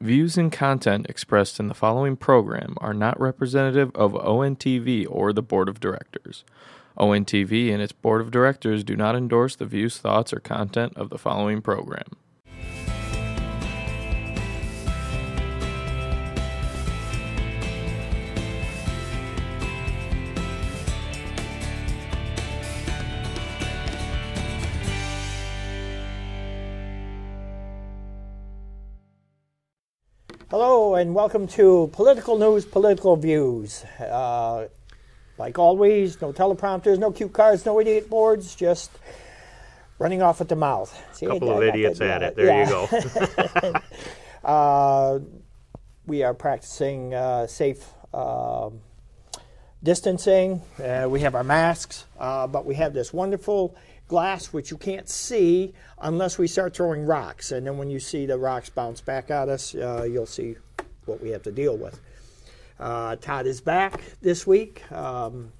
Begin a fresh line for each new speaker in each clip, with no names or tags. Views and content expressed in the following program are not representative of ONTV or the Board of Directors. ONTV and its Board of Directors do not endorse the views, thoughts, or content of the following program.
Hello, and welcome to Political News, Political Views. Uh, like always, no teleprompters, no cue cards, no idiot boards, just running off at the mouth. See,
Couple
I
of
got
idiots
that down.
at it. There
Yeah.
you go.
Uh, we are practicing uh, safe um distancing. Uh, we have our masks, uh, but we have this wonderful glass which you can't see unless we start throwing rocks. And then when you see the rocks bounce back at us, uh, you'll see what we have to deal with. Uh, Todd is back this week. Um,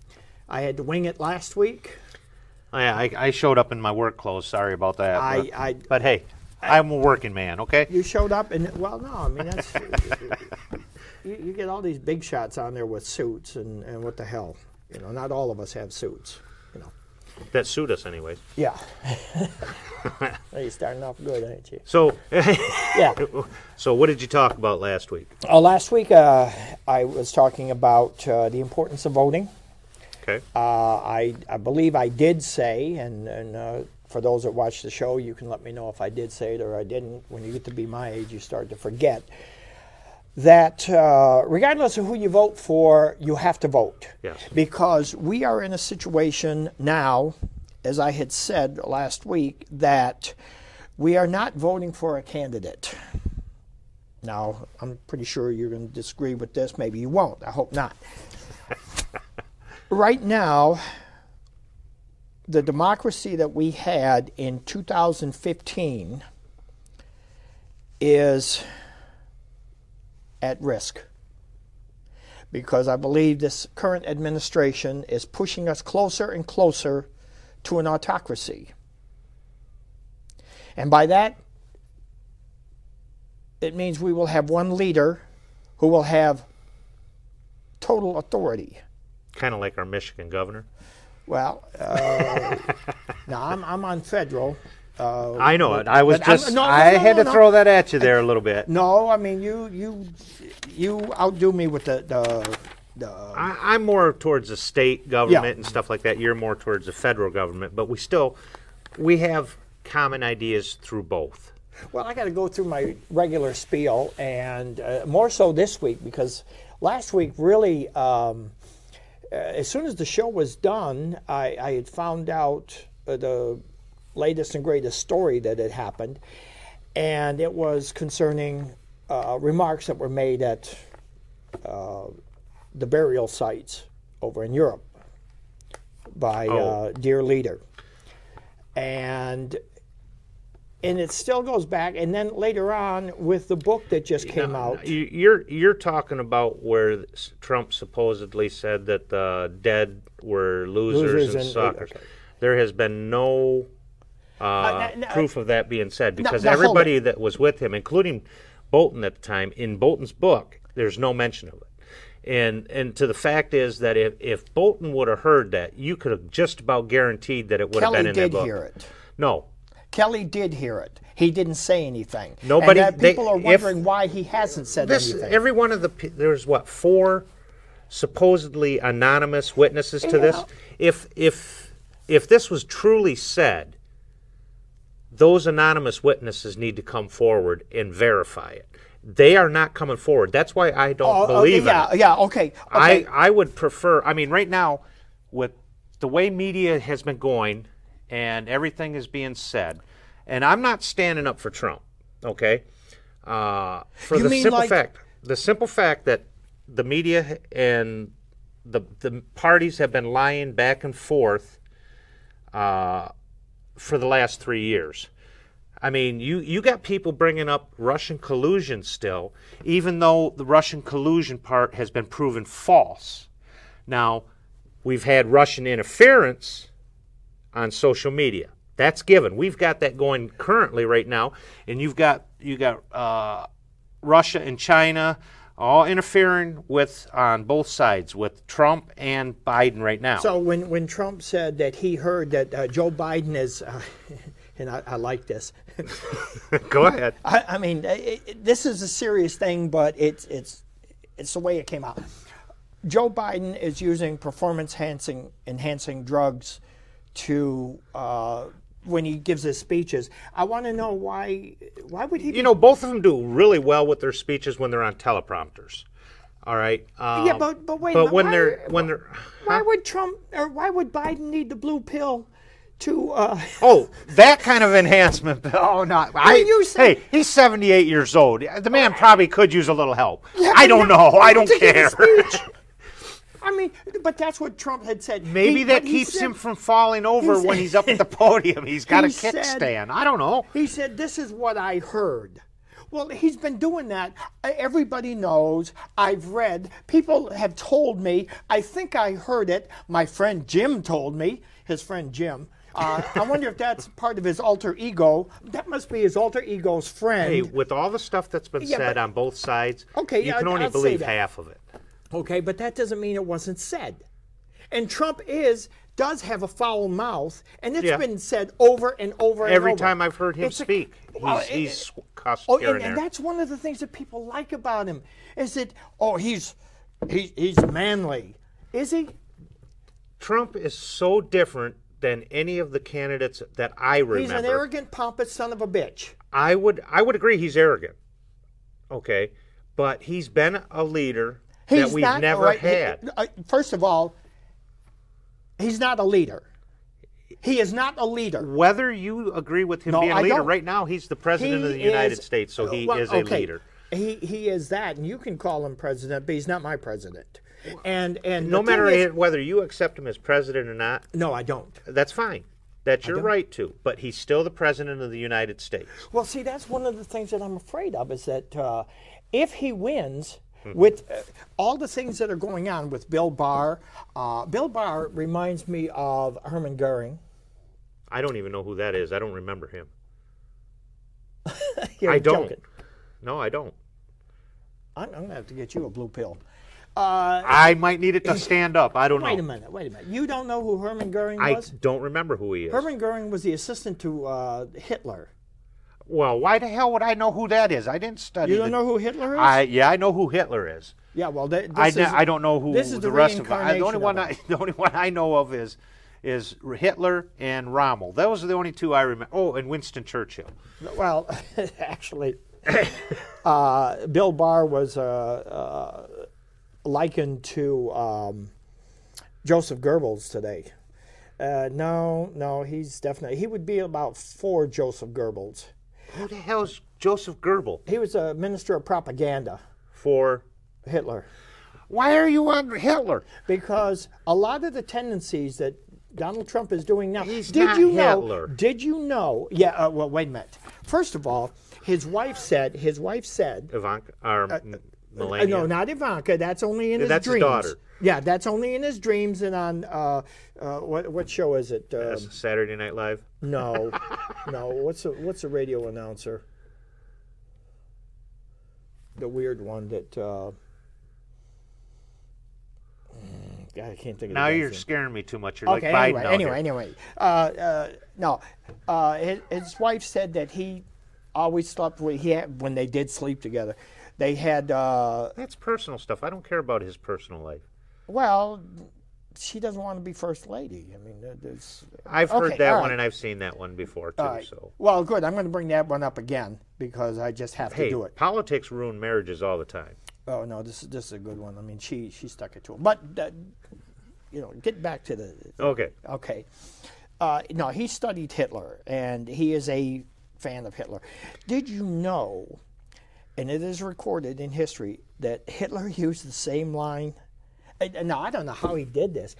I had to wing it last week.
I, Oh, I, I showed up in my work clothes. Sorry about that.
I-
but,
I-
but hey, I, am a working man. Okay.
You showed up, and well, no, I mean that's you, you get all these big shots on there with suits, and, and what the hell, you know? Not all of us have suits, you know.
That suit us, anyways.
Yeah, Well, you're starting off good, aren't you?
So,
Yeah.
so what did you talk about last week?
Uh, last week, uh, I was talking about uh, the importance of voting.
Okay.
Uh, I, I believe I did say, and, and uh, for those that watch the show, you can let me know if I did say it or I didn't. When you get to be my age, you start to forget that uh, regardless of who you vote for, you have to vote.
Yes.
Because we are in a situation now, as I had said last week, that we are not voting for a candidate. Now, I'm pretty sure you're going to disagree with this. Maybe you won't. I hope not right now, the democracy that we had in 2015 is at risk because I believe this current administration is pushing us closer and closer to an autocracy. And by that, it means we will have one leader who will have total authority.
Kind of like our Michigan governor.
Well, uh, no, I'm, I'm on federal. Uh,
I know it. I was
but I'm-
just.
no, no,
I
no,
had
no,
to
no.
throw that at you there a little bit.
no, I mean you you you outdo me with the the, the
I, I'm more towards the state government
Yeah.
and stuff like that. You're more towards the federal government, but we still we have common ideas through both.
well. I got to go through my regular spiel, and uh, more so this week because last week really. Um, uh, as soon as the show was done, I, I had found out uh, the latest and greatest story that had happened, and it was concerning uh, remarks that were made at uh, the burial sites over in Europe by uh,
Oh.
Dear Leader. And and it still goes back, and then later on with the book that just came out.
You- You're you're talking about where s- Trump supposedly said that the dead were losers,
Losers
and,
and-
suckers.
okay.
There has been no uh,
n- n-
proof of that being said because
now hold
everybody that was with him, including Bolton at the time, in Bolton's book, there's no mention of it. And and to the fact is that if, if Bolton would have heard that, you could have just about guaranteed that it would have
Kelly
been in their
did
book.
hear it.
No,
Kelly did hear it. He didn't say anything.
Nobody-
And that
they-
people are
if-
wondering why he hasn't said
This
anything.
every one of the pe- there's what four supposedly anonymous witnesses to this. If if if this was truly said, those anonymous witnesses need to come forward and verify it. They are not coming forward. That's why I don't
Oh, oh,
believe
yeah,
it.
yeah, okay. okay.
I, I would prefer. I mean, right now, with the way media has been going and everything is being said, and I'm not standing up for Trump, okay? Uh, for
You
the
mean
simple
like-
fact, the simple fact that the media and the the parties have been lying back and forth uh, for the last three years. I mean, you, you got people bringing up Russian collusion still, even though the Russian collusion part has been proven false. Now, we've had Russian interference on social media. That's given. We've got that going currently right now, and you've got you got uh, Russia and China, all interfering with on both sides with Trump and Biden right now.
So when, when Trump said that he heard that uh, Joe Biden is, uh, and I, I like this.
Go ahead.
I, I mean, it, it, this is a serious thing, but it's it's it's the way it came out. Joe Biden is using performance enhancing enhancing drugs to uh, when he gives his speeches. I want to know why why would he?
You know, both of them do really well with their speeches when they're on teleprompters. All right. Um,
yeah, but but wait.
but when
why-
they're when they're
why would Trump or why would Biden need the blue pill to? Uh,
oh that kind of enhancement. Bill. Oh, not I.
When you say-
hey, he's seventy eight years old. The man probably could use a little help.
Yeah,
I don't
but
know. I don't
to give
care.
a speech. I mean, but that's what Trump had said.
Maybe
He-
that
but he
keeps
said-
him from falling over
he
when
said-
he's up at the podium. He's got a
He said-
kickstand. I don't know.
He said, "This is what I heard." Well, he's been doing that. I- Everybody knows. I've read. People have told me. I think I heard it. My friend Jim told me. His friend Jim. Uh, I wonder if that's part of his alter ego. That must be his alter ego's friend.
Hey, with all the stuff that's been
Yeah,
said
but-
on both sides,
Okay,
you
yeah,
can
I'd-
only
I'd say
believe
that.
half of it.
Okay, but that doesn't mean it wasn't said. And Trump is does have a foul mouth, and it's
Yeah.
been said over and over and
Every
over.
time I've heard him
It's a-
speak,
well,
he's,
it-
he's cussed
Oh,
here and,
and, and
there.
that's one of the things that people like about him is that oh he's he, he's manly, is he?
Trump is so different than any of the candidates that I remember.
He's an arrogant, pompous son of a bitch.
I would I would agree he's arrogant. Okay, but he's been a leader
He's
that we've
not-
never
all right, he-
had.
uh, first of all, he's not a leader. He is not a leader.
Whether you agree with him
No,
being a
I
leader,
don't.
right now he's the president of the
He
United
is-
States, so he
well,
is a
okay.
leader.
He he is that, and you can call him president, but he's not my president. And and
No
the thing
matter
is-
whether you accept him as president or not,
no, I don't.
that's fine. That's your right to. But he's still the president of the United States.
Well, see, that's one of the things that I'm afraid of is that uh, if he wins.
Hmm.
With uh, all the things that are going on with Bill Barr, uh, Bill Barr reminds me of Herman Goering.
I don't even know who that is. I don't remember him.
You're
I don't.
joking.
No, I don't.
I'm, I'm gonna have to get you a blue pill. Uh,
I might need it to stand up. I don't know.
Wait a minute. Wait a minute. You don't know who Herman Goering
I
was?
don't remember who he is.
Herman Goering was the assistant to uh, Hitler.
Well, why the hell would I know who that is? I didn't study.
You don't
the-
know who Hitler is?
I yeah, I know who Hitler is.
yeah, well, th- this
I,
is,
kn- I don't know who
this is
the,
the
rest of I, the only
reincarnation
one
of
I, the only one I know of is is Hitler and Rommel. Those are the only two I remember. Oh, and Winston Churchill.
Well, actually, uh, Bill Barr was uh, uh, likened to um, Joseph Goebbels today. Uh, no, no, he's definitely he would be about four Joseph Goebbels.
Who the hell is Joseph Goebbels?
He was a minister of propaganda,
For
Hitler.
why are you on Hitler?
because a lot of the tendencies that Donald Trump is doing now.
He's
did
not
you know?
Hitler.
Did you know? Yeah. Uh, well, wait a minute. First of all, his wife said. His wife said.
Ivanka or
uh,
Melania?
no, not Ivanka. That's only in his
that's his
dreams.
daughter.
Yeah, that's only in his dreams and on uh, uh, what what show is it? Um,
That's Saturday Night Live.
no, no. What's a, what's a radio announcer? The weird one that. Uh, mm, God, I can't think of. the
Now
guy's
you're
name.
scaring me too much. You're like Biden.
anyway,
out
anyway,
here.
anyway. Uh, uh, no, uh, his, his wife said that he always slept with, he had, when they did sleep together. They had, uh,
That's personal stuff. I don't care about his personal life.
well, she doesn't want to be first lady. I mean, that- that's
I've
Okay,
heard that
all
one
right.
and I've seen that one before too.
all right.
So
Well, good. I'm going to bring that one up again because I just have
hey,
to do it.
politics ruin marriages all the time.
Oh no, this is this is a good one. I mean, she she stuck it to him, but uh, you know, get back to the
Okay.
okay. Uh, no, he studied Hitler, and he is a fan of Hitler. Did you know, and it is recorded in history, that Hitler used the same line? and- and Now, I don't know how he did this.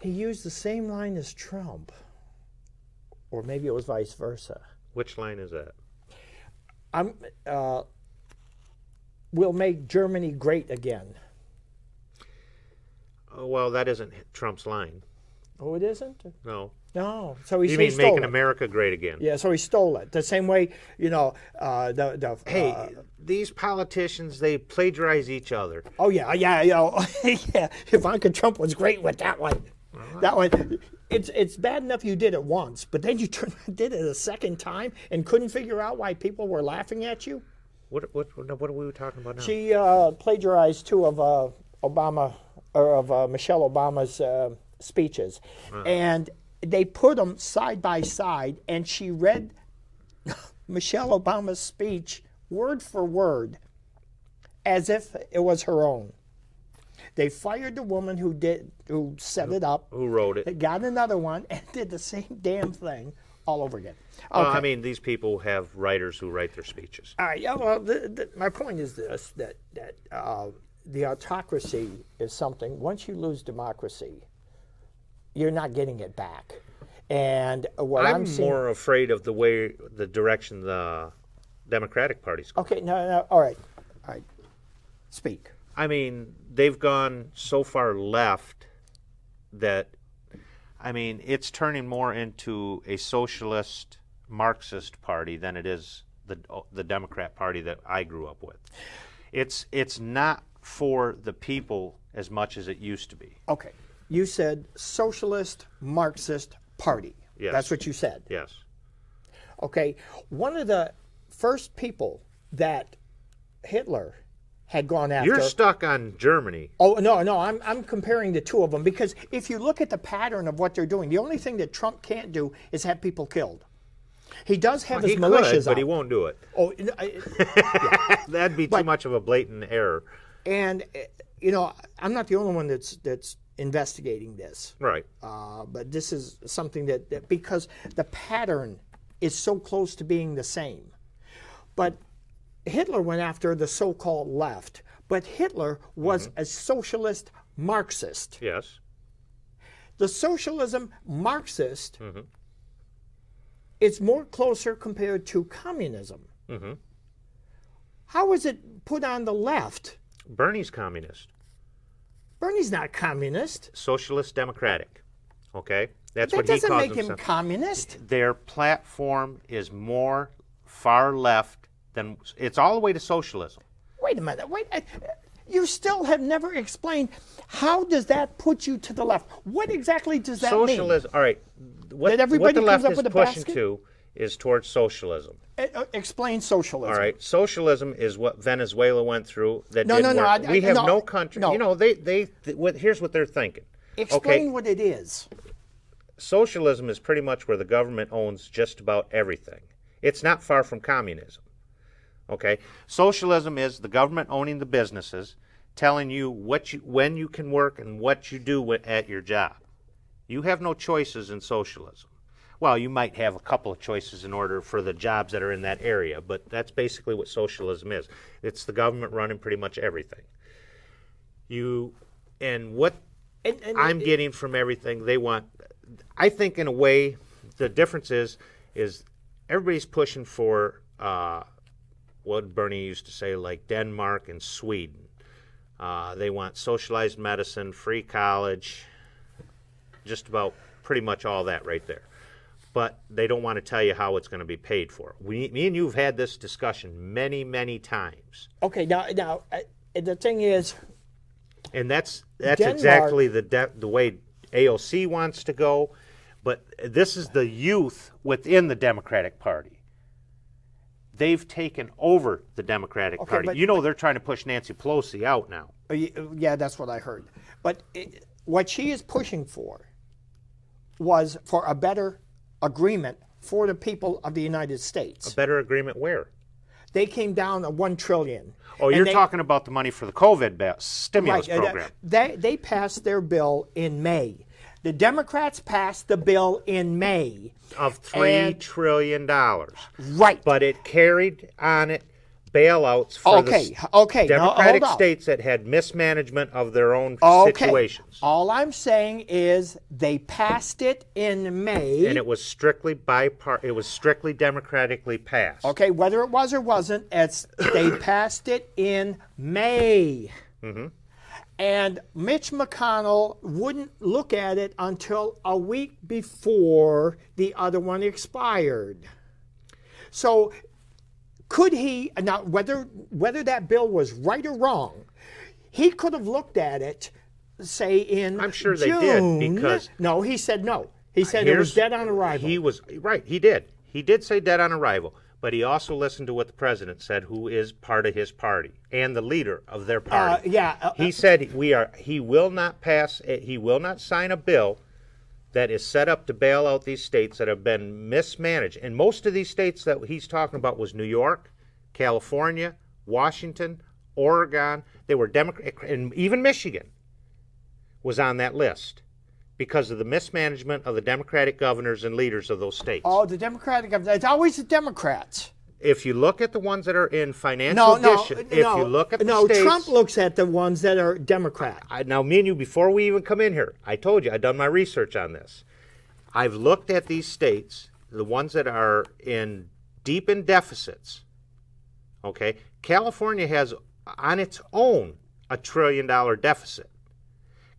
He used the same line as Trump, or maybe it was vice versa.
Which line is that?
I'm, uh, we'll make Germany great again.
Oh, well, that isn't Trump's line.
Oh, it isn't?
No.
No. So he,
You
he
mean
stole
making
it.
America great again?
Yeah, so he stole it. The same way, you know, uh, the the
Hey,
uh,
these politicians, they plagiarize each other.
oh yeah, yeah, yeah, oh, yeah. Ivanka Trump was great with that one. That one, it's it's bad enough you did it once, but then you turned, did it a second time and couldn't figure out why people were laughing at you.
What, what, what are we talking about now?
She uh, plagiarized two of uh, Obama or of uh, Michelle Obama's uh, speeches, and they put them side by side, and she read Michelle Obama's speech word for word, as if it was her own. They fired the woman who did who set it up.
Who wrote it?
They got another one and did the same damn thing all over again.
Well, I mean, these people have writers who write their speeches.
All right. Yeah. Well, the, the, my point is this: that that uh, the autocracy is something. Once you lose democracy, you're not getting it back. And what I'm,
I'm
seeing.
more afraid of the way, the direction the Democratic Party's going.
okay. No. No. All right. All right. Speak.
I mean, they've gone so far left that, I mean, it's turning more into a socialist Marxist party than it is the the Democrat Party that I grew up with. It's it's not for the people as much as it used to be.
Okay. You said socialist Marxist party.
Yes.
That's what you said.
Yes.
Okay. One of the first people that Hitler had gone after.
You're stuck on Germany.
Oh no, no, I'm I'm comparing the two of them because if you look at the pattern of what they're doing, the only thing that Trump can't do is have people killed. He does have
He
his militias,
could, but
out.
he won't do it.
Oh, n- I-
That'd be too much of a blatant error.
and uh, you know, I'm not the only one that's that's investigating this,
Right.
uh, but this is something that, that because the pattern is so close to being the same, but Hitler went after the so-called left, but Hitler was
Mm-hmm.
a socialist Marxist.
Yes.
the socialism Marxist
Mm-hmm.
is more closer compared to communism.
Mm-hmm.
How is it put on the left?
Bernie's communist.
Bernie's not communist.
Socialist Democratic. Okay? That's
That
what he
doesn't
calls
make him
himself.
communist.
Their platform is more far left than it's all the way to socialism.
Wait a minute. Wait. I- You still have never explained how does that put you to the left? What exactly does that mean?
socialism. All right. What,
That everybody
what the
comes
left
up
is
with a
pushing
basket?
to is towards socialism.
Eh, uh, Explain socialism.
All right, socialism is what Venezuela went through. That
No,
didn't
no, no,
work.
I- I-
we have
no,
no, country.
no.
You know, they they th- what, here's what they're thinking.
Explain
okay,
what it is.
socialism is pretty much where the government owns just about everything. It's not far from communism. Okay, socialism is the government owning the businesses, telling you what you when you can work and what you do wi- at your job. You have no choices in socialism. Well, you might have a couple of choices in order for the jobs that are in that area, but that's basically what socialism is. It's the government running pretty much everything. You and what
And- and-
I'm getting from everything they want. I think in a way, the difference is is everybody's pushing for uh, what Bernie used to say, like Denmark and Sweden. Uh, they want socialized medicine, free college, just about pretty much all that right there. But they don't want to tell you how it's going to be paid for. We, me and you have had this discussion many, many times,
Okay. Now, now uh, the thing is,
and that's that's
Denmark-
exactly the de- the way AOC wants to go. But this is the youth within the Democratic Party. They've taken over the Democratic Party.
but-
you know they're trying to push Nancy Pelosi out now.
Uh, y- uh, Yeah, that's what I heard. But it, what she is pushing for was for a better agreement for the people of the United States.
Better agreement where?
They came down at one trillion.
Oh,
And
you're
they-
talking about the money for the COVID ba- stimulus
uh,
program.
They they passed their bill in May. The Democrats passed the bill in May.
of three
And-
trillion dollars,
Right.
but it carried on it bailouts for
Okay,
the s-
okay, now, hold
Democratic
on.
states that had mismanagement of their own
okay.
situations,
All I'm saying is they passed it in May.
and it was strictly bipart. It was strictly democratically passed.
Okay, whether it
Mm-hmm.
was or wasn't, it's, they passed it in May. And Mitch McConnell wouldn't look at it until a week before the other one expired. So could he now whether whether that bill was right or wrong, he could have looked at it, say in
I'm sure they did,
June.
because-
no, he said no. He said it was
Here's-
dead on arrival.
He was right. He did. He did say dead on arrival, but he also listened to what the president said, who is part of his party and the leader of their party.
Uh, yeah, uh,
he said we are. He will not pass. a- He will not sign a bill that is set up to bail out these states that have been mismanaged. And most of these states that he's talking about was New York, California, Washington, Oregon. They were Democrat, and even Michigan was on that list because of the mismanagement of the Democratic governors and leaders of those states.
oh, the Democratic government. It's always the Democrats.
if you look at the ones that are in financial
No, no,
condition,
no.
if you look at the
no,
states,
Trump looks at the ones that are Democrat.
I, now me and you before we even come in here i told you i done my research on this i've looked at these states the ones that are in deep in deficits okay california has on its own a trillion dollar deficit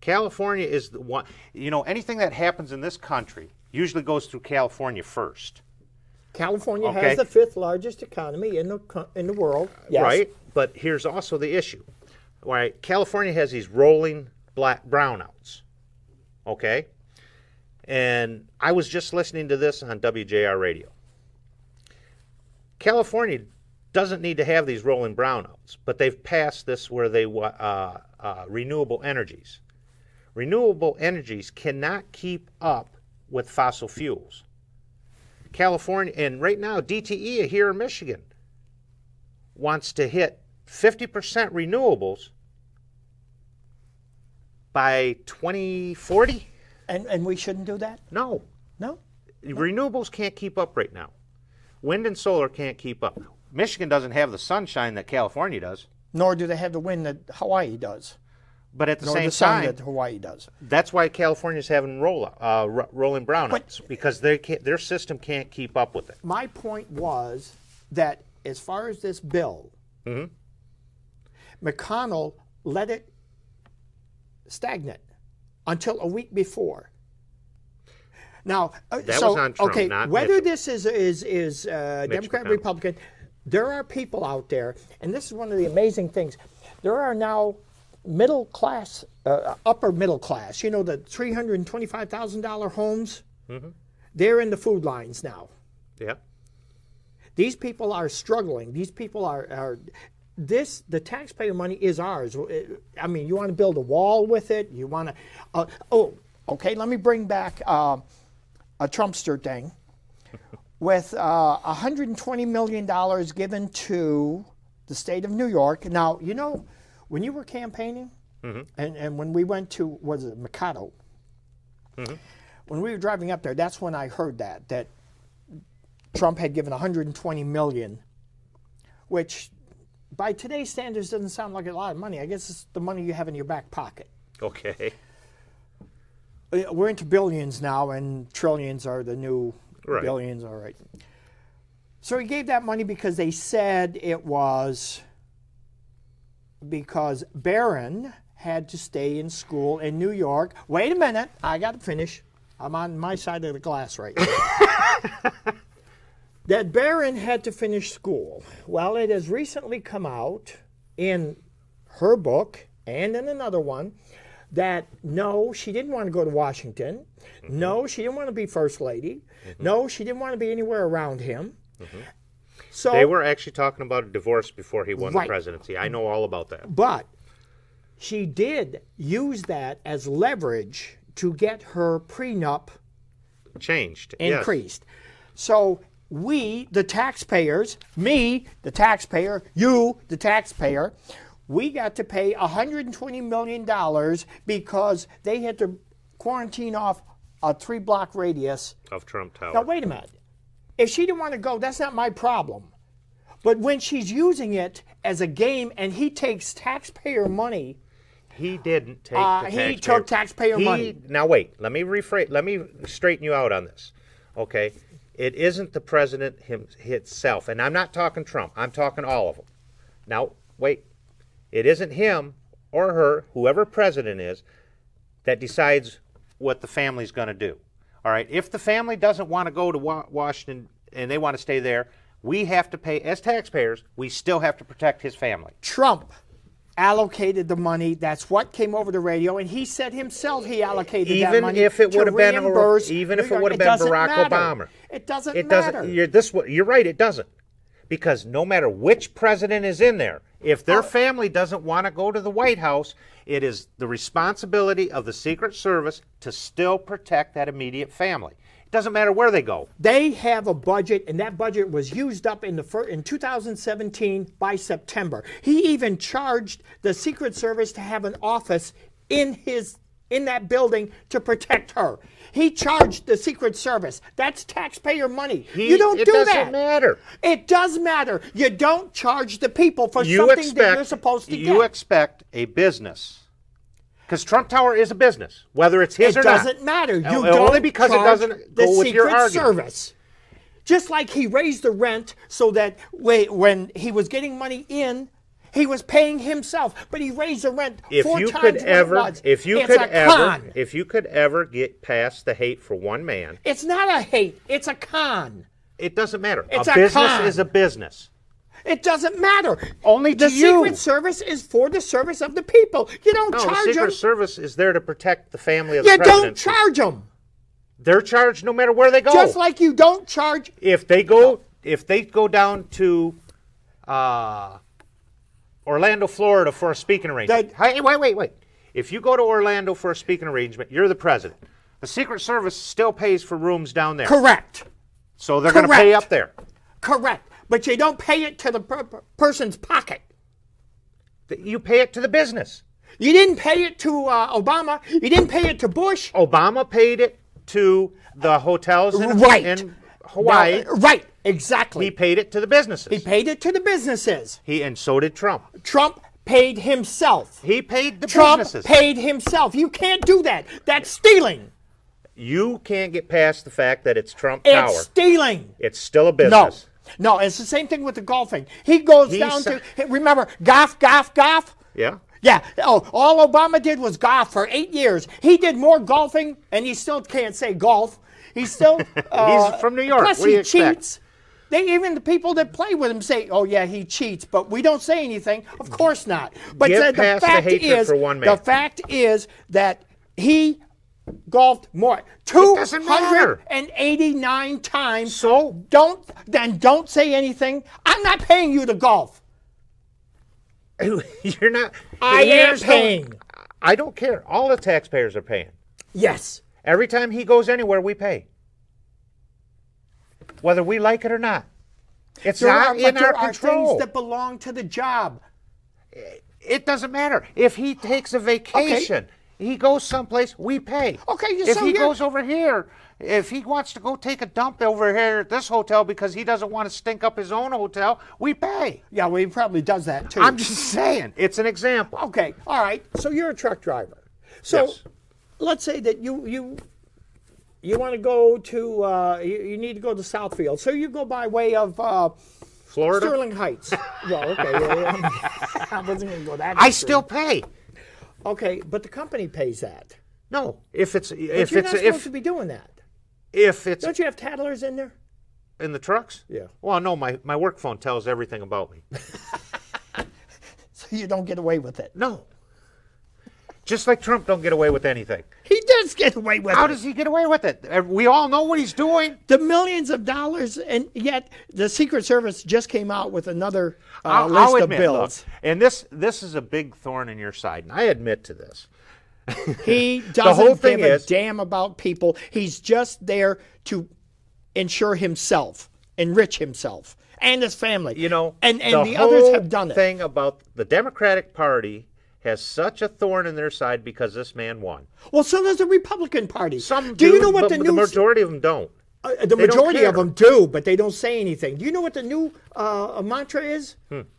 california is the one you know anything that happens in this country usually goes through california first
California
Okay.
has the fifth largest economy in the co- in the world. Yes.
right? But here's also the issue. All right, California has these rolling black brownouts. Okay? And I was just listening to this on WJR radio. California doesn't need to have these rolling brownouts, but they've passed this where they wa- uh, uh, renewable energies. Renewable energies cannot keep up with fossil fuels. California, and right now, DTE here in Michigan, wants to hit 50% renewables by 2040?
And and we shouldn't do that.
No.
No.
Renewables can't keep up right now. Wind and solar can't keep up. Michigan doesn't have the sunshine that California does,
Nor do they have the wind that Hawaii does.
but at the
Nor
same
the sun
time,
that Hawaii does.
that's why California's having roll, uh, ro- rolling brownouts because they can't, their system can't keep up with it.
My point was that as far as this bill,
Mm-hmm.
McConnell let it stagnate until a week before. Now, uh,
That
so
was on Trump,
okay,
not
whether
Mitchell.
this is is is uh, Democrat
McConnell.
Republican, there are people out there, and this is one of the amazing things. There are now middle class, uh, upper middle class. You know the three hundred and twenty five thousand dollar homes.
Mm-hmm.
They're in the food lines now.
Yeah.
These people are struggling. These people are, are this the taxpayer money is ours. I mean, you want to build a wall with it. You want to. Uh, oh, okay. Let me bring back uh, a Trumpster thing with uh, 120 million dollars given to the state of New York. Now you know when you were campaigning, and and when we went to was it Mikado. When we were driving up there, that's when I heard that that Trump had given 120 million, which by today's standards doesn't sound like a lot of money. I guess it's the money you have in your back pocket.
Okay.
Uh, We're into billions now, and trillions are the new
Right.
billions. All right. So he gave that money because they said it was because Barron had to stay in school in New York. Wait a minute, I got to finish. I'm on my side of the glass right now. that Barron had to finish school. Well, it has recently come out in her book and in another one that no, she didn't want to go to Washington.
Mm-hmm.
No, she didn't want to be first lady. No, she didn't want to be anywhere around him. So
Mm-hmm. They were actually talking about a divorce before he won
Right.
the presidency. I know all about that.
But she did use that as leverage to get her prenup
Changed. yes.
increased. So we, the taxpayers, me, the taxpayer, you, the taxpayer, we got to pay $120 million because they had to quarantine off a three block radius.
Of Trump Tower.
Now, wait a minute. If she didn't want to go, that's not my problem. But when she's using it as a game and he takes taxpayer money
He didn't take.
Uh,
the
he
taxpayer.
took taxpayer
He-
money.
Now wait, let me rephrase. Let me straighten you out on this. Okay, it isn't the president him, himself, and I'm not talking Trump. I'm talking all of them. Now wait, it isn't him or her, whoever president is, that decides what the family's going to do. All right. If the family doesn't want to go to Wa- Washington and they want to stay there, we have to pay, as taxpayers, we still have to protect his family.
Trump allocated the money. That's what came over the radio, and he said himself he allocated that
Even
money.
if it
to
would have been a-
reimburse
even
New
if it
York.
would have been
doesn't
Barack
matter.
Obama.
it doesn't
It
matter.
doesn't. You're this. wa- You're right. It doesn't, because no matter which president is in there, if
Oh.
their family doesn't want to go to the White House, it is the responsibility of the Secret Service to still protect that immediate family. It doesn't matter where they go.
they have a budget, and that budget was used up in the fir- in 2017 by September. He even charged the Secret Service to have an office in his in that building to protect her. He charged the Secret Service. That's taxpayer money. you
He-
don't
it
do
doesn't
that.
matter.
It does matter. You don't charge the people for
You
something
expect
that you're supposed to
you
get.
expect a business. Because Trump Tower is a business, whether it's his
it
or not.
doesn't matter. You
Only
don't
because it
charge
doesn't
the
go with
Secret
your argument.
Service. Just like he raised the rent so that wa- when he was getting money in, he was paying himself, but he raised the rent
if
four
you
times
could
what it
ever
was.
if you
it's
could
a
ever
con.
if you could ever get past the hate for one man
It's not a hate. It's a con.
it doesn't matter
It's
a,
a
business
con.
is a business
It doesn't matter.
Only
the
to you.
Secret Service is for the service of the people. You don't
no the
charge
secret
them.
service is there to protect the family of
You
the president
don't charge them.
they're charged no matter where they go
Just like you don't charge
if they go if they go down to uh, Orlando, Florida for a speaking arrangement. hey, wait, wait, wait. If you go to Orlando for a speaking arrangement, you're the president. The Secret Service still pays for rooms down there.
correct.
So they're going to pay
Correct.
up there.
Correct. But you don't pay it to the per- per- person's pocket.
Th- You pay it to the business.
You didn't pay it to uh, Obama. You didn't pay it to Bush.
Obama paid it to the hotels Oh, in,
Right.
in Hawaii.
No, right.
he
Exactly.
paid it to the businesses.
He paid it to the businesses.
He- and so did Trump.
Trump paid himself.
He paid the
Trump
businesses.
paid himself. You can't do that. That's stealing.
you can't get past the fact that it's Trump
It's
Tower.
stealing.
It's still a
No.
business.
No, it's the same thing with the golfing. He goes
He
down
sa-
to hey, remember golf, golf, golf.
Yeah.
Yeah. Oh, all Obama did was golf for eight years. He did more golfing, and he still can't say golf. He's still. uh,
He's from New York.
Plus,
What do
he
you expect?
cheats. They even the people that play with him say, "Oh yeah, he cheats," but we don't say anything. Of course not. But
Get
the, the
past the
fact
hatred
is,
for one
the
man.
fact is that he golfed more two
It doesn't
hundred
matter.
and eighty-nine times.
So
Don't then don't say anything. I'm not paying you to golf.
you're not.
I am
Here's the-
paying.
I don't care. All the taxpayers are paying.
Yes.
Every time he goes anywhere, we pay, whether we like it or not. It's
There
not
are,
in
but there
our
are
control.
things that belong to the job.
It doesn't matter. If he takes a vacation, he goes someplace, we pay.
Okay, you-
If
so
he
you're-
goes over here, if he wants to go take a dump over here at this hotel because he doesn't want to stink up his own hotel, we pay.
Yeah, well, he probably does that too.
I'm just saying, it's an example.
okay. All right. So you're a truck driver. Oh, So
Yes.
let's say that you you you want to go to uh, you, you need to go to Southfield. So you go by way of uh,
Florida,
Sterling Heights. well, okay. yeah, yeah. I wasn't going to go that.
I
extreme.
still pay.
okay, but the company pays that.
No, if it's
But
if
you're
it's
not supposed
if
to be doing that.
if it's
Don't you have tattlers in there?
in the trucks.
Yeah.
Well, no, my my work phone tells everything about me.
So you don't get away with it.
No. Just like Trump don't get away with anything.
He does get away with
How
it.
does he get away with it? Uh, We all know what he's doing.
the millions of dollars, and yet the Secret Service just came out with another uh,
I'll,
list
I'll admit,
of bills.
look, and this this is a big thorn in your side, and I admit to this.
he doesn't
whole thing
give
is-
a damn about people. He's just there to ensure himself, enrich himself, and his family.
You know,
and and the,
whole
others have done it.
Thing about the Democratic Party has such a thorn in their side because this man won.
Well, so does the Republican Party.
Some
do you
do,
know what
but
the
the
new
majority of them don't.
uh, the
they don't
majority of
care.
them do, but they don't say anything. Do you know what the new uh, mantra is?
Hmm.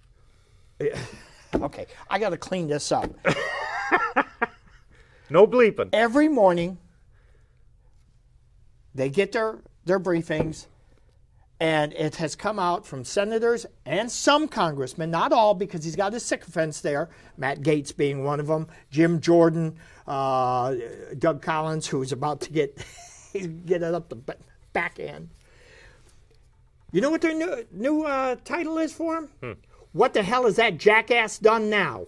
okay, I got to clean this up.
No bleeping.
every morning they get their their briefings And it has come out from senators and some congressmen, not all, because he's got his sycophants there, Matt Gates being one of them, Jim Jordan, uh, Doug Collins, who's about to get, he's getting up the ba- back end. You know what their new, new uh, title is for him?
Hmm.
What the hell has that jackass done now?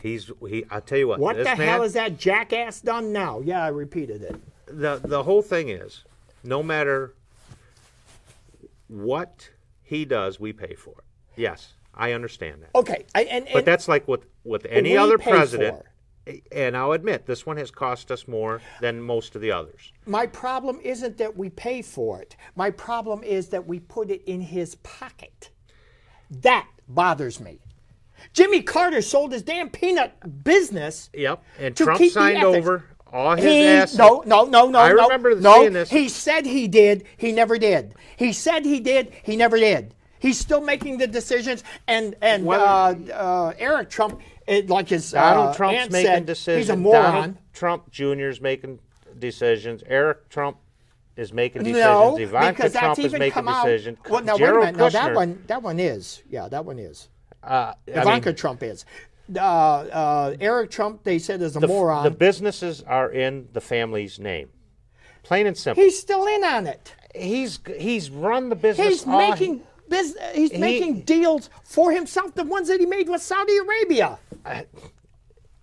He's he. I tell you what.
What
this
the
man,
hell has that jackass done now? Yeah, I repeated it.
the the whole thing is, no matter what he does, we pay for it. Yes, I understand that.
Okay, I, and, and
but that's like with with any
we
other
pay
president. And I'll admit, this one has cost us more than most of the others.
my problem isn't that we pay for it. My problem is that we put it in his pocket. That bothers me. Jimmy Carter sold his damn peanut business.
Yep. And
to
Trump
keep the
signed
ethics.
over all his
He,
assets.
no, no, no, no.
I
no,
remember
no.
seeing this.
He said he did. He never did. He said he did. He never did. He's still making the decisions. And and
Whether-
uh, uh, Eric Trump, it, like his
Donald
uh,
Trump's
aunt
making
said,
decisions.
He's a moron.
Donald Trump Jr. is making decisions. Eric Trump is making decisions.
No,
Ivanka
because
Trump
that's
is
even
making
come out.
decisions.
Well, now
Jared
wait a minute. No, that
Kushner,
one, that one is. Yeah, that one is.
uh, I
Ivanka
mean,
Trump is. Uh, uh, Eric Trump, they said, is a moron.
The businesses are in the family's name. Plain and simple.
he's still in on it.
He's he's run the business.
He's
all-
making business. He's making deals for himself. The ones that he made with Saudi Arabia.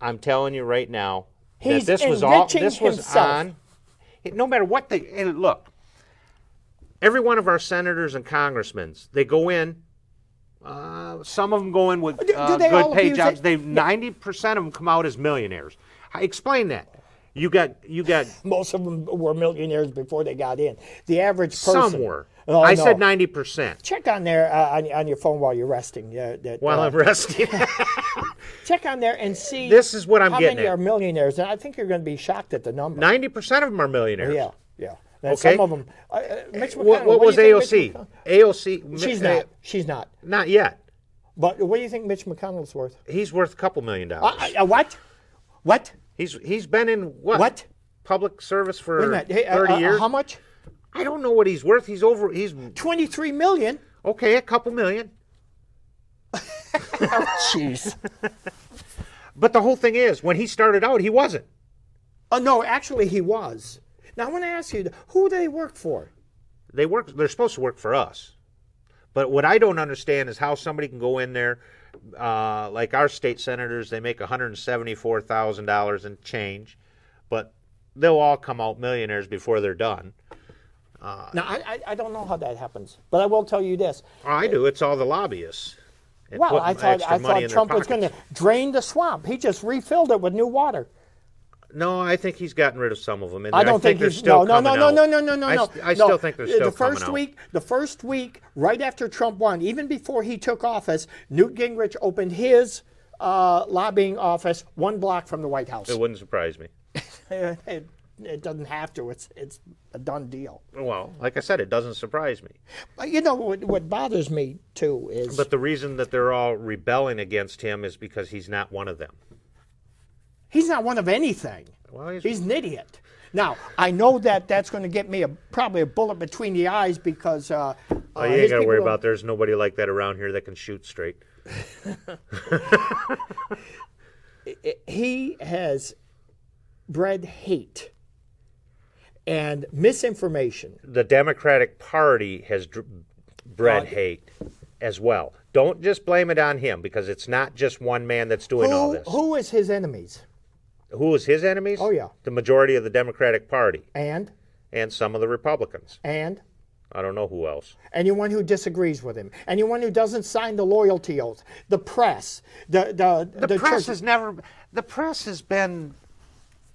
I'm telling you right now
He's
that this was all
enriching
this was
himself.
on. No matter what they and look, every one of our senators and congressmen, they go in. Uh, some of them go in with
do
uh,
they all
good pay
abuse
jobs.
it?
They ninety percent of them come out as millionaires. I explain that. You got you got
Most of them were millionaires before they got in. The average person.
some were.
Oh,
I
no.
said ninety percent.
Check on there uh, on, on your phone while you're resting. Yeah, that,
While
uh,
I'm resting,
check on there and see.
This is what I'm
how
getting
many
at.
are millionaires, and I think you're going to be shocked at the number.
ninety percent of them are millionaires.
Yeah, yeah. And
Okay. Eh,
Some of them. Uh, uh, Mitch McConnell.
What, what
do
was
you think Mitch McConnell-
AOC? AOC.
She's
uh,
not. She's not.
Not yet.
But what do you think Mitch McConnell's worth?
He's worth a couple million dollars.
Uh, uh, what? What?
He's he's been in what?
What?
Public service for
Uh, Wait a minute. Hey, uh,
thirty
uh,
years.
How much?
I don't know what he's worth. He's over. He's
Twenty-three million.
okay. A couple million.
Jeez.
But the whole thing is, when he started out, he wasn't.
Oh no, actually he was. Now I want to ask you, who do they work for?
They work. They're supposed to work for us. But what I don't understand is how somebody can go in there, uh, like our state senators, they make one hundred seventy-four thousand dollars and change, but they'll all come out millionaires before they're done.
Now I, I, I don't know how that happens, but I will tell you this.
I do. It's all the lobbyists. and
Well,
putting
I thought
extra
I
money
thought
in their
Trump was going
pockets.
to drain the swamp. He just refilled it with new water.
No, I think he's gotten rid of some of them. And
I don't think,
they're
he's
still
no, no,
coming
no, no,
out.
no, no, no,
I,
no.
st- I
no.
still think they're
Uh,
still
the first
coming
week. The first week, right after Trump won, even before he took office, Newt Gingrich opened his uh, lobbying office one block from the White House.
out. It wouldn't surprise me.
It, it, doesn't have to. It's it's a done deal.
Well, like I said, it doesn't surprise me.
But you know what, what bothers me too is
But the reason that they're all rebelling against him is because he's not one of them.
he's not one of anything.
Well, he's,
He's an idiot. Now I know that that's going to get me a, probably a bullet between the eyes because uh,
oh, you ain't got to worry about. There's nobody like that around here that can shoot straight.
he has bred hate and misinformation.
The Democratic Party has dr- bred hate as well. Don't just blame it on him because it's not just one man that's doing all
Who,
this.
who is his enemies?
who is his enemies?
Oh, yeah.
the majority of the Democratic Party
And
and some of the Republicans.
and
I don't know who else.
anyone who disagrees with him, anyone who doesn't sign the loyalty oath, the press, the the
the, press
church.
has never the press has been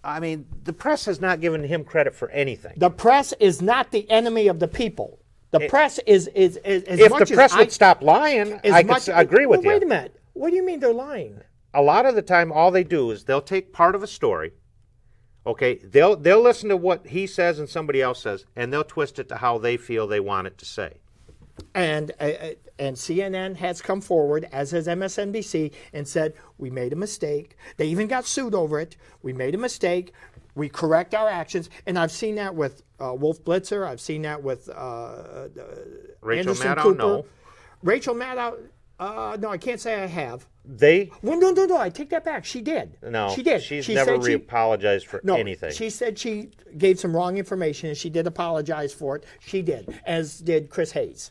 i mean the press has not given him credit for anything
The press is not the enemy of the people. The press is is, is as
if
much
the press
as
would
I,
stop lying
as
i could
much-
s- agree with
well, Wait a
you
minute. What do you mean they're lying?
a lot of the time all they do is they'll take part of a story okay they'll they'll listen to what he says and somebody else says and they'll twist it to how they feel they want it to say
And uh, uh, and CNN has come forward as has MSNBC and said we made a mistake. They even got sued over it. We made a mistake. We correct our actions, and I've seen that with uh, Wolf Blitzer. I've seen that with uh,
Rachel
Anderson
Maddow,
Cooper.
no.
Rachel Maddow, uh, no, I can't say I have.
They
Well, no, no, no. I take that back. She did.
no.
she did.
She's
she
never
said she-
re-apologized for
no,
anything.
She said she gave some wrong information, and she did apologize for it. She did, as did Chris Hayes.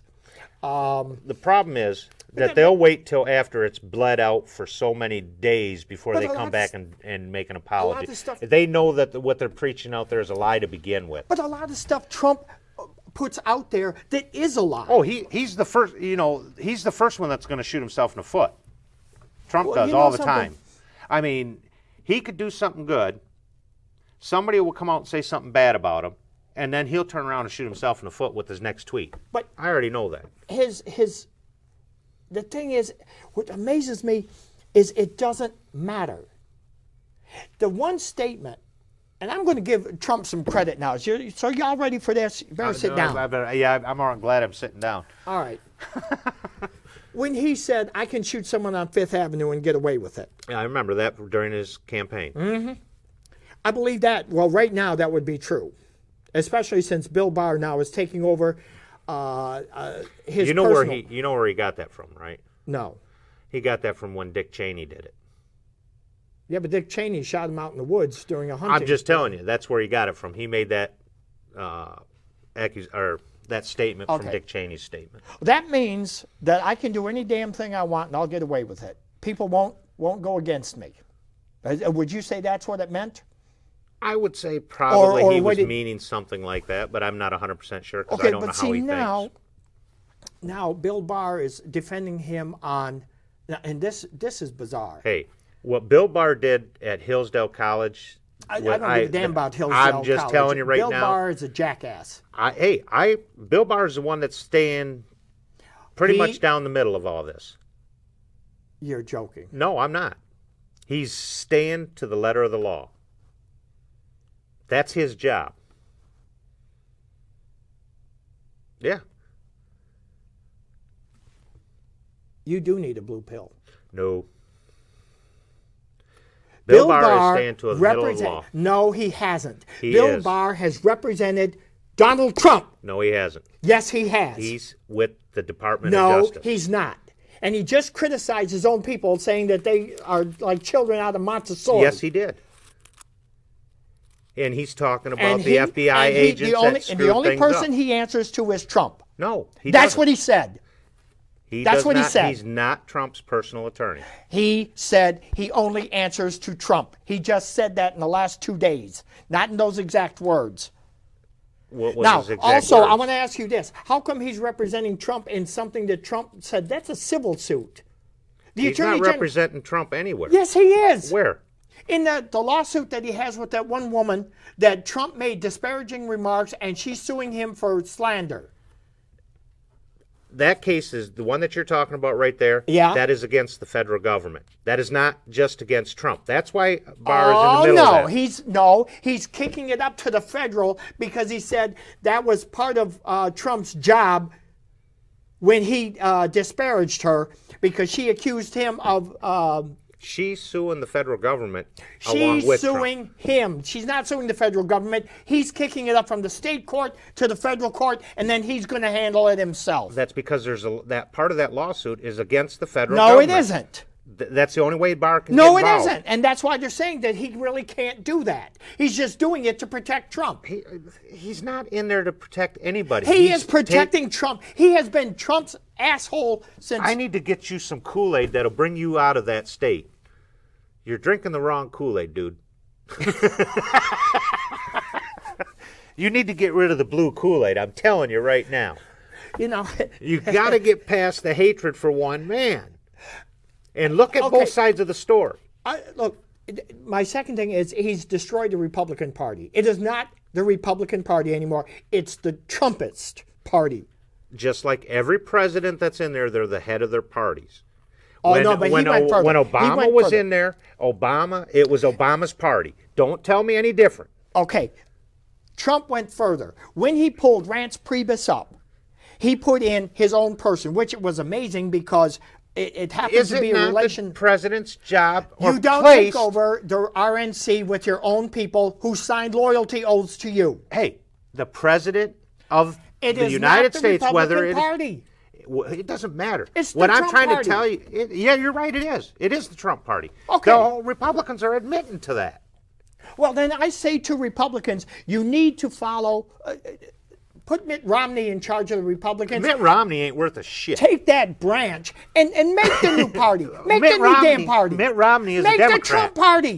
the problem is that they'll wait till after it's bled out for so many days before
But
they
a lot
come
of
back
s-
and, and make an apology.
of stuff-
They know that the, what they're preaching out there is a lie to begin with.
But a lot of stuff Trump uh, puts out there that is a lie.
Oh, he he's the first. You know, he's the first one that's going to shoot himself in the foot. Trump
Well,
does
you know
all the
something-
time. I mean, he could do something good. Somebody will come out and say something bad about him, and then he'll turn around and shoot himself in the foot with his next tweet.
But-
I already know that.
his his the thing is what amazes me is it doesn't matter the one statement and i'm going to give trump some credit now Is you- so y'all ready for this you better sit
No,
down
I better- yeah, I'm- I'm all- glad I'm sitting down.
all right when he said i can shoot someone on fifth avenue and get away with it
Yeah, I remember that during his campaign.
Mm, i believe that well right now that would be true especially since bill barr now is taking over uh, uh, his
You know where
personal-
he you know where he got that from, right?
no
He got that from when Dick Cheney did it.
yeah but dick cheney shot him out in the woods during a hunting
I'm just telling you, that's where he got it from. He made that uh, accus- or that statement from
Okay.
Dick Cheney's statement.
That means that I can do any damn thing I want and I'll get away with it. People won't won't go against me. Uh, Would you say that's what it meant?
I would say probably
or
he
what
was
did-
meaning something like that, but I'm not 100% sure because I
Okay,
don't know
but
how
see
he
now,
thinks.
now Bill Barr is defending him on, and this this is bizarre.
Hey, what Bill Barr did at Hillsdale College.
I, I
what
don't give a damn about Hillsdale
I'm just
College.
telling you right
Bill
now.
Barr is a jackass.
I, hey, I Bill Barr is the one that's staying pretty
He-
much down the middle of all this.
You're joking.
No, I'm not. He's staying to the letter of the law. That's his job. Yeah.
You do need a blue pill.
No. Bill, Barr, is staying to the middle of the
represent-
law.
No, he hasn't.
He
Bill
is.
Barr has represented Donald Trump.
No, he hasn't.
Yes, he has.
He's with the Department
No,
of Justice.
he's not. And he just criticized his own people, saying that they are like children out of Montessori.
yes, he did. And he's talking about
And
the
he-
FBI
and he-
agents
the only,
that
and
screwed
the only
things up.
person he answers to is Trump.
no, he
That's
doesn't.
what he said.
He
that's
does
what he
not-
said.
He's not Trump's personal attorney.
He said he only answers to Trump. He just said that in the last two days, not in those exact words.
What was
Now,
his exact
also, I
words?
want to ask you this: How come he's representing Trump in something that Trump said that's a civil suit? The
He's not
Gen-
representing Trump anywhere.
Yes, he is.
Where?
In the, the lawsuit that he has with that one woman, that Trump made disparaging remarks and she's suing him for slander.
That case is the one that you're talking about right there.
Yeah.
That is against the federal government. That is not just against Trump. That's why Barr
oh
is in the middle
no,
of that.
he's no, he's kicking it up to the federal because he said that was part of uh, Trump's job when he uh, disparaged her because she accused him of uh,
She's suing the federal government along
she's
with
suing
Trump.
him. She's not suing the federal government. He's kicking it up from the state court to the federal court, and then he's going to handle it himself.
That's because there's a, that part of that lawsuit is against the federal
no,
government.
it isn't.
Th- that's the only way Barr can
No,
get
it
involved.
isn't. And that's why they're saying that he really can't do that. He's just doing it to protect Trump. He,
He- he's not in there to protect anybody. He's
is protecting Trump. He has been Trump's asshole since.
I need to get you some Kool Aid that'll bring you out of that state. You're drinking the wrong Kool Aid, dude. you need to get rid of the blue Kool Aid. I'm telling you right now.
you know,
You got to get past the hatred for one man and look at
Okay.
both sides of the story.
I, look, it- my second thing is he's destroyed the Republican Party. It is not the Republican Party anymore, it's the Trumpist Party.
Just like every president that's in there, they're the head of their parties.
Oh, no, but he
when,
went further.
when
He
Obama
went
was
further.
in there, Obama, it was Obama's party. Don't tell me any different.
Okay, Trump went further. When he pulled Rance Priebus up, he put in his own person, which was amazing because It, it happens
Is
to be
it
a
not
relation.
the president's job or
you don't
place?
take over the RNC with your own people who signed loyalty oaths to you.
Hey, the president of
It is
the United
not the
States, whether
Republican
it is-
Party.
Well, it doesn't matter.
It's the
what I'm
Trump
trying
party.
to tell you. It, yeah, you're right. It is. It is the Trump party.
Okay.
The whole Republicans are admitting to that.
Well, then I say to Republicans, you need to follow. Uh, uh, put Mitt Romney in charge of the Republicans.
Mitt Romney ain't worth a shit.
Take that branch and, and make the new party. Make
Mitt
the new damn
Romney-
party.
Mitt Romney is a
make the
Democrat.
Trump party.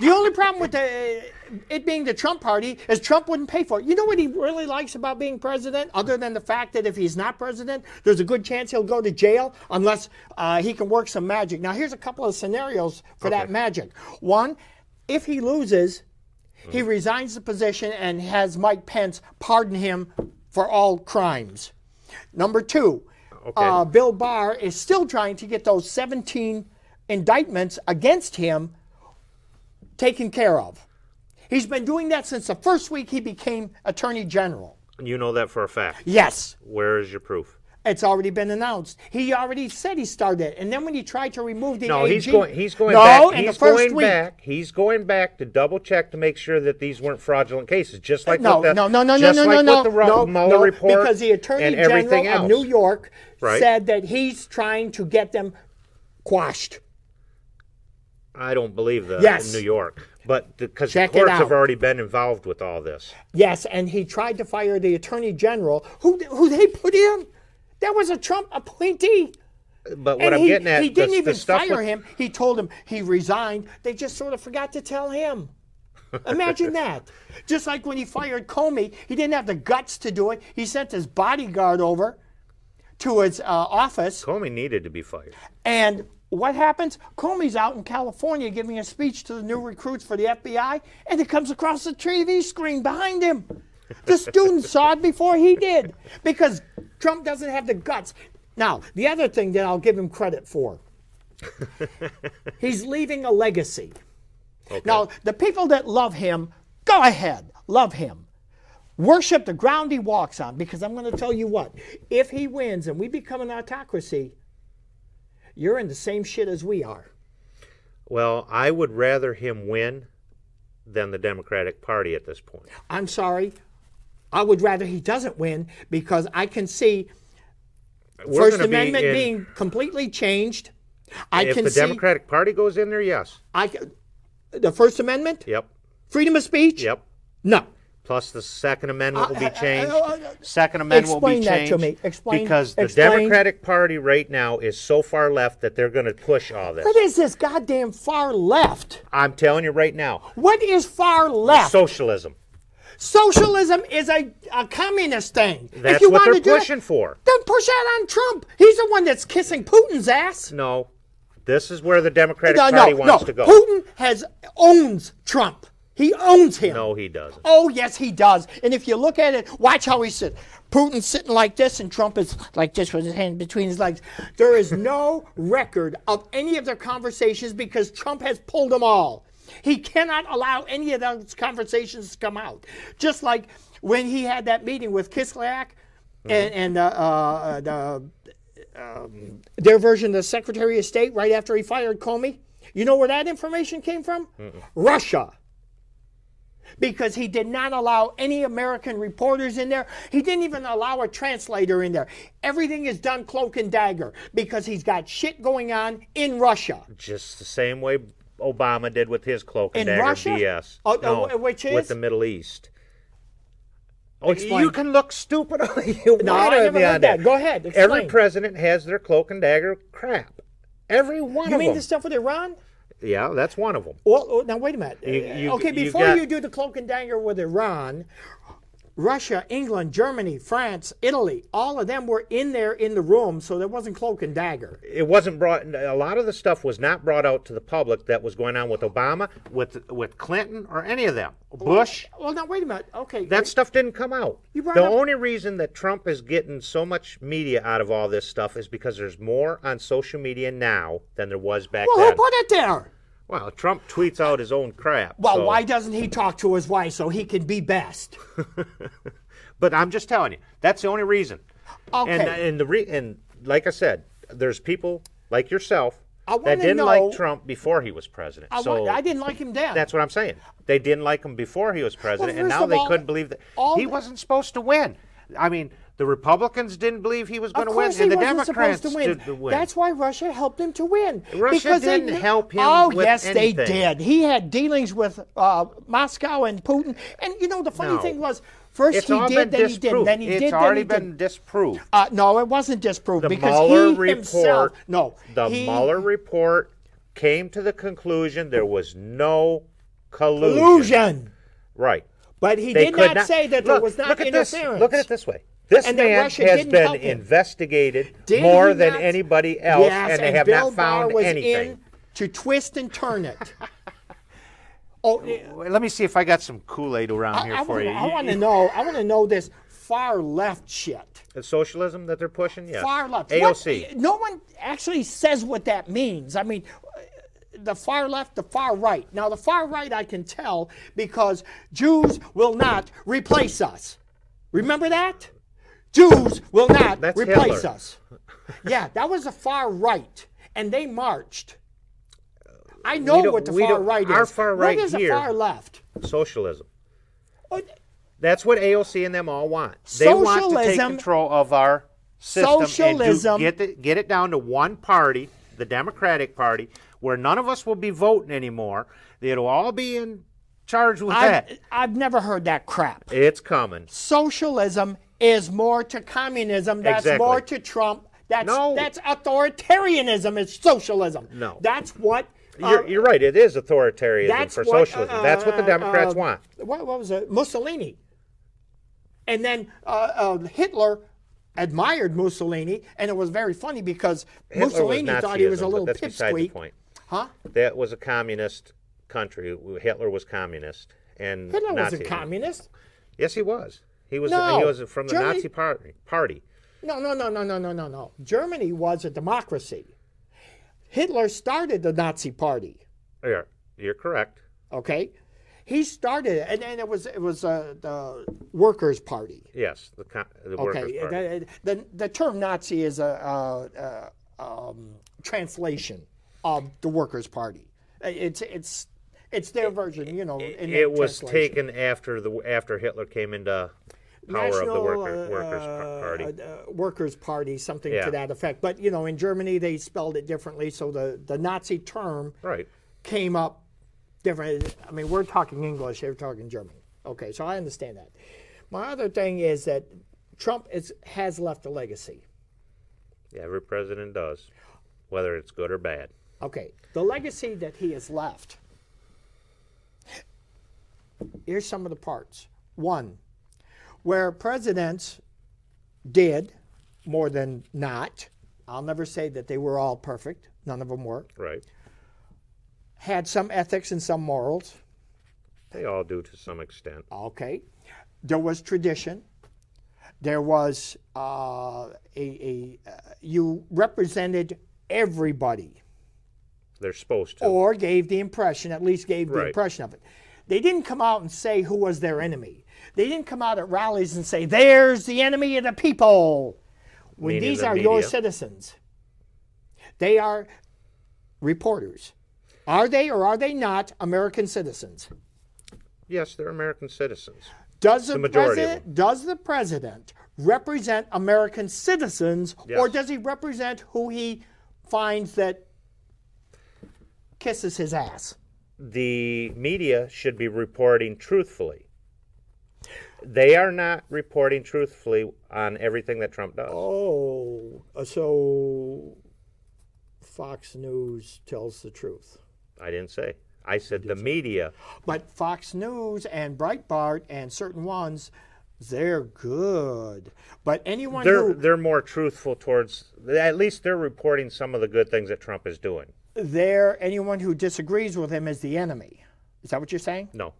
the only problem with the, uh, it being the Trump party is Trump wouldn't pay for it. You know what he really likes about being president, other than the fact that if he's not president, there's a good chance he'll go to jail unless uh, he can work some magic. Now, here's a couple of scenarios for that magic. One, if he loses, he
Mm.
resigns the position and has Mike Pence pardon him for all crimes. Number two, uh, Bill Barr is still trying to get those 17 indictments against him taken care of. He's been doing that since the first week he became Attorney General.
You know that for a fact.
Yes,
Where is your proof?
it's already been announced. He already said he started, it. and then when he tried to remove the
No,
AG,
he's going. He's going
no,
back.
in
he's
the first
going
week,
back. He's going back to double check to make sure that these weren't fraudulent cases, just like
no,
with the,
no, no, no, no,
just
no,
like
no,
with the Ro-
no,
Mueller
no,
report
because the Attorney
and
General
everything
of
else.
New York
Right.
said that he's trying to get them quashed.
I don't believe that
Yes.
in New York, but because the,
Check it
courts
out.
have already been involved with all this.
Yes, and he tried to fire the Attorney General, who who they put in. That was a Trump appointee.
But what
And
I'm
he,
getting at,
he didn't
the,
even
the stuff
fire
with-
him. He told him he resigned. They just sort of forgot to tell him. Imagine that. Just like when he fired Comey, he didn't have the guts to do it. He sent his bodyguard over to his uh, office.
Comey needed to be fired.
And what happens? Comey's out in California giving a speech to the new recruits for the FBI, and it comes across the TV screen behind him. The students saw it before he did because Trump doesn't have the guts. Now, the other thing that I'll give him credit for he's leaving a legacy. Now, the people that love him, go ahead, love him. Worship the ground he walks on because I'm going to tell you what. If he wins and we become an autocracy, you're in the same shit as we are.
Well, I would rather him win than the Democratic Party at this point.
I'm sorry. I would rather he doesn't win because I can see
We're
First
gonna be
Amendment
in-
being completely changed. I
if
can
the
see
Democratic Party goes in there, yes.
I can- the First Amendment,
Yep.
freedom of speech.
Yep.
No.
Plus the Second Amendment will
Uh,
be
uh,
changed.
uh, uh,
Second Amendment will be
explain that
changed.
to me. Explain-
because the
explain.
Democratic Party right now is so far left that they're going to push all this.
What is this goddamn far left?
I'm telling you right now,
What is far left?
socialism.
Socialism is a, a communist thing.
That's
if you
what
want
they're
to do
pushing
it,
for.
Then push that on Trump. He's the one that's kissing Putin's ass.
No, this is where the Democratic
No,
Party
no,
wants
no.
to go.
Putin has owns Trump. He owns him.
No, he doesn't.
Oh yes, he does. And if you look at it, watch how he sits. Putin's sitting like this, and Trump is like this with his hand between his legs. There is no record of any of their conversations because Trump has pulled them all. He cannot allow any of those conversations to come out. Just like when he had that meeting with Kislyak and, and uh, uh, the um, their version of the Secretary of State right after he fired Comey. You know where that information came from? Russia. Because he did not allow any American reporters in there. He didn't even allow a translator in there. Everything is done cloak and dagger because he's got shit going on in Russia.
Just the same way Obama did with his cloak and
In
dagger
Russia?
BS.
Oh,
no,
oh, which is?
with the Middle East. Oh,
Explain.
You can look stupid all you
No,
want
I
on
never
the
heard that.
internet.
Go ahead,
Every
explain.
president has their cloak and dagger crap. Every one
You
of
mean
them.
the stuff with Iran?
Yeah, that's one of them.
Well, oh, now wait a minute.
You- you-
okay,
you've
before
got-
you do the cloak and dagger with Iran, Russia, England, Germany, France, Italy, all of them were in there in the room, so there wasn't cloak and dagger.
It wasn't brought. A lot of the stuff was not brought out to the public that was going on with Obama, with with Clinton, or any of them. Bush.
Well, now wait a minute. Okay,
That stuff didn't come out.
You brought
The
up-
only reason that Trump is getting so much media out of all this stuff is because there's more on social media now than there was back
well, who
then.
put it there?
Well, Trump tweets out his own crap.
Well,
so-
why doesn't he talk to his wife so he can be best?
But I'm just telling you, that's the only reason.
Okay.
And and the re- and like I said, there's people like yourself
I
that
wanna
didn't
know-
like Trump before he was president.
I,
so
wa- I didn't like him then.
that's what I'm saying. They didn't like him before he was president, and
first
now
of
they
all,
couldn't believe that
all
he
the-
wasn't supposed to win. I mean, the Republicans didn't believe he was going to
of
win,
course
and the
he wasn't
Democrats
supposed to win.
did the win.
That's why Russia helped him to win.
Russia
because they
didn't
knew-
help him
Oh
with
yes, they
anything.
did. He had dealings with uh, Moscow and Putin. And you know the funny
No.
thing was, first
it's
he
all
did,
been
then he didn't,
disproved.
then he
it's
did,
already
then he
been
didn't.
disproved.
Uh, no, it wasn't disproved
The
because
Mueller
he
report.
himself. No,
the
he,
Mueller report came to the conclusion there was no collusion.
illusion.
Right.
But he
They
did
could
not, say that there
Look-
was not
look at this-
interference.
look at it this way. This
And that
man
Russia
has
didn't
been
help him.
investigated
Did
more
he
than
not?
anybody else,
Yes,
and they have
Bill
not found
Barr was
anything.
In to twist and turn it. oh, yeah.
Wait, let me see if I got some Kool Aid around
I,
here for
wanna,
you.
I
You-
want to know. I want to know this far left shit.
the socialism that they're pushing, yeah.
Far left. What-
AOC.
no one actually says what that means. I mean, the far left, the far right. Now, the far right, I can tell because Jews will not replace us. Remember that? Jews will not
That's
replace
Hitler.
us. Yeah, that was the far right, and they marched. I know
don't-
what the
we
far
don't-
right is.
our far right
what is
here-
the far left?
Socialism.
Oh,
That's what AOC and them all want. They want to take
Socialism-
control of our system
Socialism-
and do, get it get it down to one party, the Democratic Party, where none of us will be voting anymore. It'll all be in charge with that.
I've, I've never heard that crap.
It's coming.
socialism is more to communism. That's
Exactly.
more to Trump. That's
No.
that's authoritarianism. It's socialism.
No.
That's what. uh,
You're, you're right. It is authoritarianism
that's
for
what,
socialism. that's what the
uh,
Democrats
uh,
want.
What, what was it? Mussolini. And then uh, uh, Hitler admired Mussolini, and it was very funny because
Hitler was
Mussolini thought he was a
Nazism, but
little
that's beside the
pipsqueak.
point.
Huh?
That was a communist country. Hitler was communist, and
Hitler was a
Nazism.
communist.
Yes, he was. He was.
No.
He was from the
Germany-
Nazi party. Party.
No, no, no, no, no, no, no, no. Germany was a democracy. Hitler started the Nazi Party.
You're, Oh, you're correct.
Okay, he started it, and then it was it was uh, the Workers' Party.
Yes, the, co- the workers'
Okay,
party.
the, the, the term Nazi is a, uh uh um, translation of the Workers' Party. Uh, It's it's it's their version, you know. in
it was
translation.
taken after the after Hitler came into power of the worker,
uh,
workers'
uh,
party.
uh, workers' party, something
Yeah.
to that effect. But you know, in Germany they spelled it differently, so the the Nazi term
right.
came up different. I mean, we're talking English, they're talking German. Okay, so I understand that. My other thing is that Trump is, has left a legacy.
Every president does, whether it's good or bad.
Okay, the legacy that he has left. Here's some of the parts. One, where presidents did more than not, I'll never say that they were all perfect, none of them were,
Right.
had some ethics and some morals.
They all do to some extent.
Okay. There was tradition. There was uh, a, a uh, you represented everybody,
They're supposed to.
or gave the impression, at least gave the
Right.
impression of it. They didn't come out and say who was their enemy. They didn't come out at rallies and say, "There's the enemy of the people." When
Meaning
these
the
are your
media.
citizens, they are reporters. Are they or are they not American citizens?
Yes, they're American citizens.
Does the,
majority of
president does the president represent American citizens, or
Yes.
does he represent who he finds that kisses his ass?
the media should be reporting truthfully. They are not reporting truthfully on everything that Trump does.
Oh, so Fox News tells the truth,
I didn't say. I said the media.
but Fox News and Breitbart and certain ones, they're good. But anyone
They're
who
they're more truthful towards at least they're reporting some of the good things that Trump is doing.
there, anyone who disagrees with him is the enemy. Is that what you're saying?
No.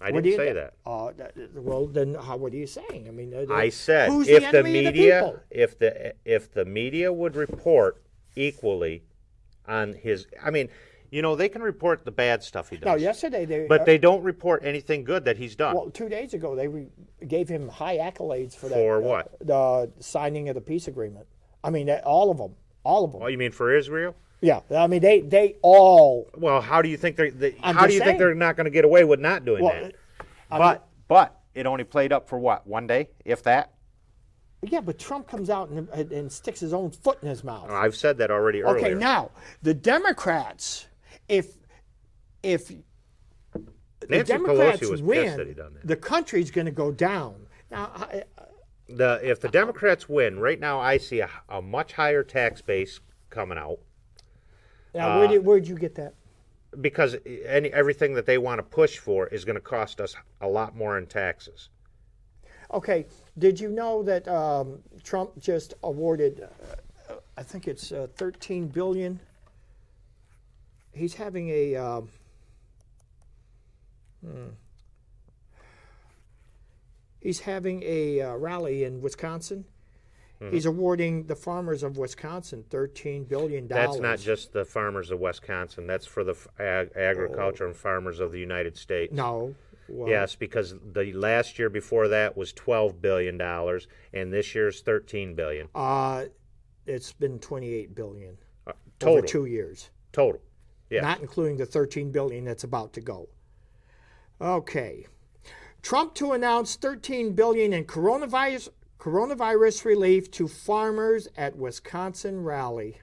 I
What
didn't
do you-
say that.
Uh, th- th- well, then, how, what are you saying? I mean, uh, th-
I said
who's
if
the,
the,
enemy of
media
people?
if the if the media would report equally on his I mean, you know, they can report the bad stuff he does.
No, yesterday they.
But
uh,
they don't report anything good that he's done.
well, two days ago they re- gave him high accolades for that.
For
uh,
what?
The signing of the peace agreement. I mean, uh, all of them. All of them.
Oh, you mean for Israel?
Yeah, I mean they they all.
Well, how do you think they're? They,
I'm
how do
just
you
saying.
think they're not going to get away with not doing
Well,
that?
But but it only played up for what one day, if that.
yeah, but Trump comes out and, and- and sticks his own foot in his mouth.
I've said that already Oh, earlier.
Okay, now the Democrats, if if the
Nancy
Democrats
Pelosi was
win,
pissed that he done that.
the country's going to go down. Now, I,
the if the Democrats win right now, I see a, a much higher tax base coming out
now
Uh,
where did where'd you get that?
because any everything that they want to push for is going to cost us a lot more in taxes.
Okay, did you know that um, Trump just awarded, uh, I think it's uh, 13 billion? He's having a. Um, hmm, he's having a uh, rally in Wisconsin.
Hmm.
He's awarding the farmers of Wisconsin 13 billion dollars.
That's not just the farmers of Wisconsin. That's for the f- ag- agriculture and farmers of the United States.
no. Well,
Yes, because the last year before that was twelve billion dollars, and this year's thirteen billion
Uh, it's been 28 billion
Uh,
over
total.
two years.
Total. Yeah.
not including the 13 billion that's about to go. Okay. Trump to announce 13 billion in coronavirus coronavirus relief to farmers at Wisconsin rally.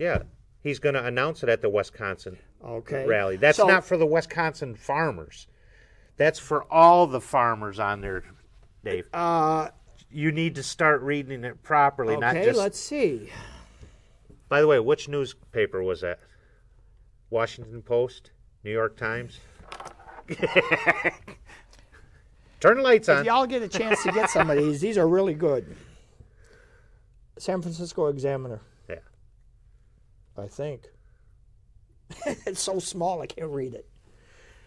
yeah. He's going to announce it at the Wisconsin
Okay.
Uh, rally. That's
So-
not for the Wisconsin farmers. That's for all the farmers on there, Dave. Uh, you need to start reading it properly, not
Okay,
just.
let's see.
By the way, which newspaper was that? Washington Post, New York Times. Turn the lights
If
on.
y'all get a chance to get some of these, these are really good. San Francisco Examiner,
Yeah.
I think. it's so small I can't read it.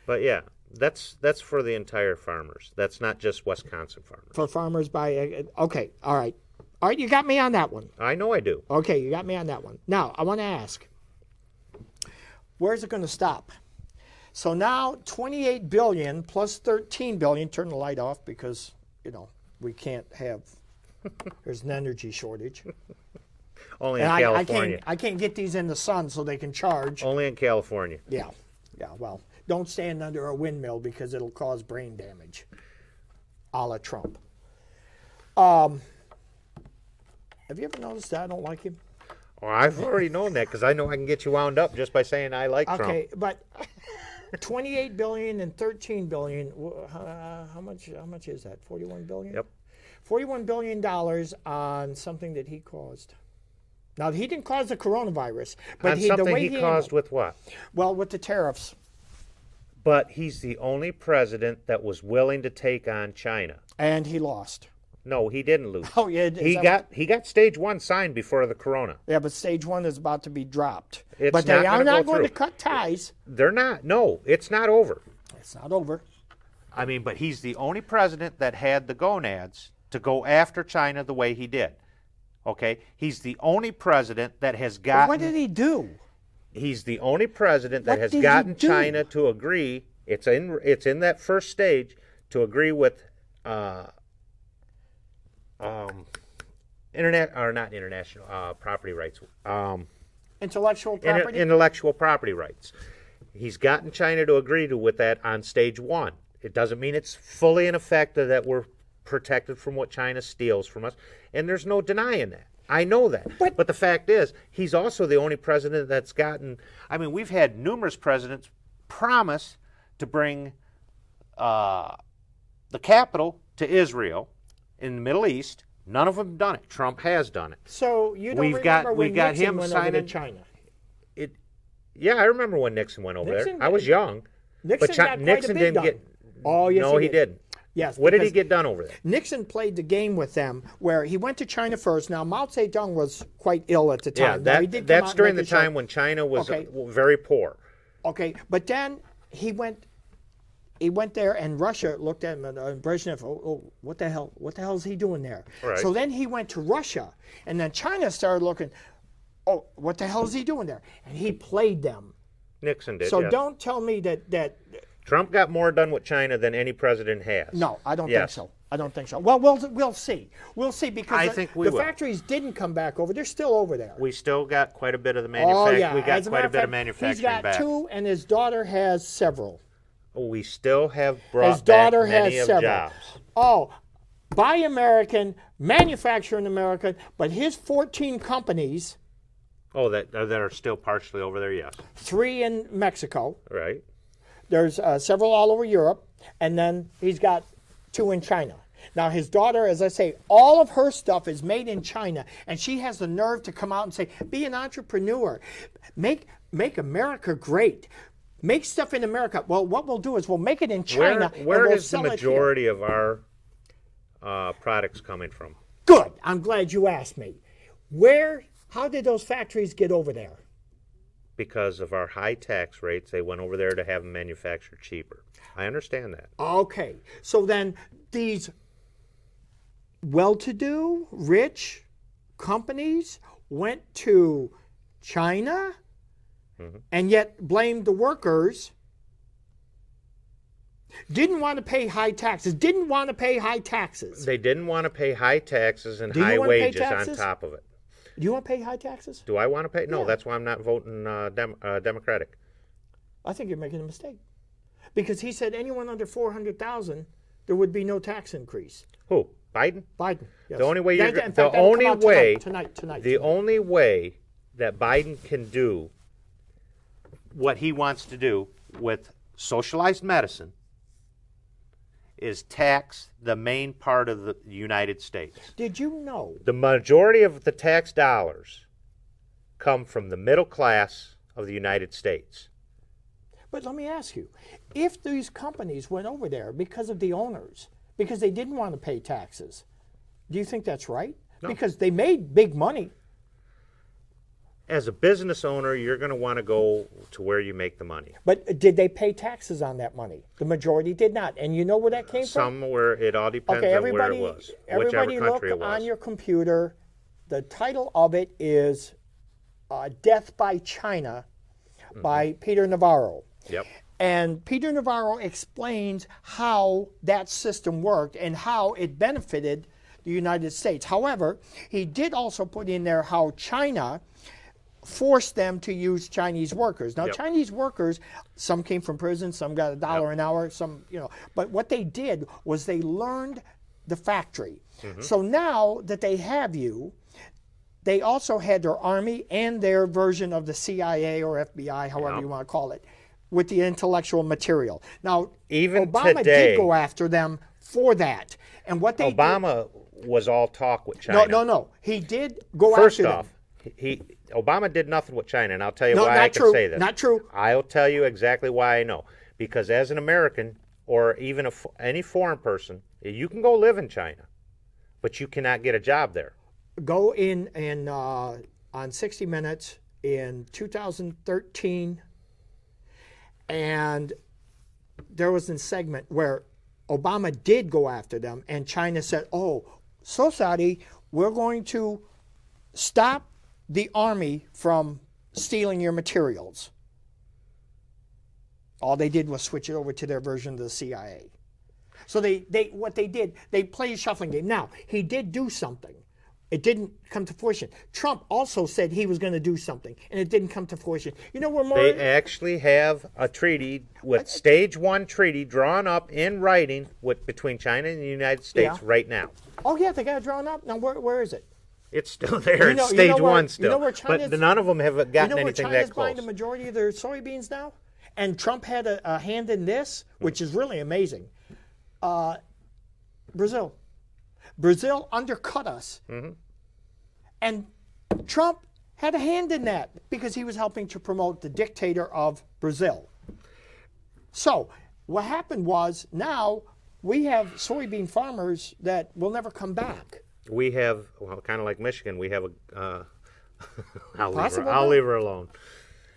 But yeah, that's that's for the entire farmers. That's not just Wisconsin farmers.
For farmers by uh, okay, all right. All right, you got me on that one.
I know I do.
Okay, you got me on that one. Now, I want to ask where's it going to stop? So now 28 billion plus 13 billion, turn the light off because, you know, we can't have, there's an energy shortage.
Only in
And I, I,
California.
can't, I can't get these in the sun so they can charge.
Only in California.
Yeah, yeah, well, don't stand under a windmill because it'll cause brain damage, a la Trump. Um, have you ever noticed that I don't like him?
Oh, I've already known that because I know I can get you wound up just by saying I like Trump.
Okay, but 28 billion and 13 billion. wh- Uh, how much? How much is that? 41 billion.
Yep.
41 billion dollars on something that he caused. Now he didn't cause the coronavirus, but
On
he, the
something
way
he,
he, handled-
caused with what?
well with the tariffs.
But he's the only president that was willing to take on China.
And he lost.
No, he didn't lose.
Oh, yeah, is
He
that-
got he got stage one signed before the corona.
Yeah, but stage one is about to be dropped.
It's
but they
not
are
gonna go
not going to
through.
cut ties.
They're not. No, it's not over.
It's not over.
I mean, but he's the only president that had the gonads to go after China the way he did. Okay, he's the only president that has gotten.
What did he do?
He's the only president that
What
has
did he
gotten
do?
China to agree. It's in it's in that first stage to agree with, uh, um, internet or not international uh, property rights. Um,
Intellectual
in-
property.
intellectual property rights. He's gotten China to agree to with that on stage one. It doesn't mean it's fully in effect or that we're protected from what China steals from us, and there's no denying that. I know that.
But-
the fact is, he's also the only president that's gotten.
I mean, we've had numerous presidents promise to bring uh, the capital to Israel in the Middle East. None of them done it.
Trump has done it.
so you don't
We've
remember
got-
when
we've got
Nixon
him
went over to
signing-
China.
It. Yeah, I remember when Nixon went over
Nixon
there. I was young.
Nixon
but Chi-
got quite a
Nixon
bit
didn't
done.
get.
Oh, yes,
no,
he did.
he, didn't.
Yes,
What did he
because-
get done over there?
Nixon played the game with them where he went to China first. Now, Mao Zedong was quite ill at the time.
Yeah,
Now, he
that,
did come out
that's
and
during the
make a
time
show.
when China was
Okay.
uh, very poor.
Okay, but then he went. He went there, and Russia looked at him and uh, Brezhnev. Oh, oh, what the hell? What the hell is he doing there?
Right.
So then he went to Russia, and then China started looking. Oh, what the hell is he doing there? And he played them.
Nixon did.
So
yes.
don't tell me that that
Trump got more done with China than any president has.
no, I don't
Yes.
think so. I don't think so. Well, we'll we'll see. We'll see because
I
the,
think we
the
will.
factories didn't come back over. They're still over there.
We still got quite a bit of the
oh
manufacturing.
yeah,
We got
As
quite
matter
a bit of
fact,
manufacturing
He's got
back.
two, and his daughter has several.
We still have brought
His daughter
back many
has
of
several.
jobs.
Oh, buy American, manufacture in America, but his 14 companies,
Oh, that that are still partially over there. Yes,
three in Mexico,
right.
there's uh, several all over Europe, and then he's got two in China. Now, his daughter, as I say, all of her stuff is made in China, and she has the nerve to come out and say, Be an entrepreneur, make, make America great. Make stuff in America. Well, what we'll do is we'll make it in China.
where
and
where
we'll
is the
sell it here.
majority of our uh, products coming from?
Good. I'm glad you asked me. Where, how did those factories get over there?
Because of our high tax rates, they went over there to have them manufactured cheaper. I understand that.
Okay. So then these well to do, rich companies went to China
Mm-hmm.
and yet blamed the workers. Didn't want to pay high taxes. Didn't want to pay high taxes.
They didn't want to pay high taxes and
Do you
high
wanna pay
wages on
taxes?
top of it.
Do you want to pay high taxes?
Do I want to pay? No,
Yeah.
that's why I'm not voting uh, dem- uh, Democratic.
I think you're making a mistake. Because he said anyone under 400,000 there would be no tax increase.
Who? Biden?
Biden. Yes.
The only way you're
That-
go-
in fact,
the
that'll come
only
out
way-
tonight tonight, tonight.
The only way that Biden can do
What he wants to do with socialized medicine is tax the main part of the United States.
Did you know?
the majority of the tax dollars come from the middle class of the United States.
But let me ask you, if these companies went over there because of the owners, because they didn't want to pay taxes, do you think that's right? Because they made big money.
As a business owner, you're going to want to go to where you make the money.
But did they pay taxes on that money? The majority did not. And you know where that came from?
Somewhere it all depends
Okay,
on where
everybody,
it was,
everybody
whichever country
look
it was.
on your computer. The title of it is uh, Death by China by
Mm-hmm.
Peter Navarro.
Yep.
And Peter Navarro explains how that system worked and how it benefited the United States. However, he did also put in there how China forced them to use Chinese workers. Now,
Yep.
Chinese workers, some came from prison, some got a dollar an hour, some, you know, but what they did was they learned the factory.
Mm-hmm.
So now that they have you, they also had their army and their version of the CIA or FBI, however you want to call it, with the intellectual material. Now,
Even
Obama
today-
did go after them for that, and what they
Obama was all talk with
did, no,
China.
no, no, he did go
First
after
off,
them.
he Obama did nothing with China, and I'll tell you
No,
why I
not
can
true,
say this.
not true.
I'll tell you exactly why I know. Because as an American or even a, fo- any foreign person, you can go live in China, but you cannot get a job there.
Go in in uh, on 60 Minutes in 2013, and there was a segment where Obama did go after them, and China said, "Oh, so Saudi, we're going to stop the army from stealing your materials." All they did was switch it over to their version of the CIA. So they, they what they did, they played a shuffling game. Now he did do something. It didn't come to fruition. Trump also said he was going to do something, and it didn't come to fruition. You know, we're more.
They actually have a treaty with stage one treaty drawn up in writing with between China and the United States
Yeah.
right now.
oh yeah, they got it drawn up. Now where, where is it?
It's still there.
You know-
it's
you
stage
know where-
one
you
still.
know where
but
China's-
none of them have gotten
you know where
anything
China's
that
buying
close.
the majority of their soybeans now, and Trump had a, a hand in this, which is really amazing. Uh, Brazil, Brazil undercut us,
Mm-hmm.
and Trump had a hand in that because he was helping to promote the dictator of Brazil. So what happened was now we have soybean farmers that will never come back.
we have, well, kind of like Michigan, we have a. Uh, I'll, leave her,
Possible
I'll
vote?
leave her alone.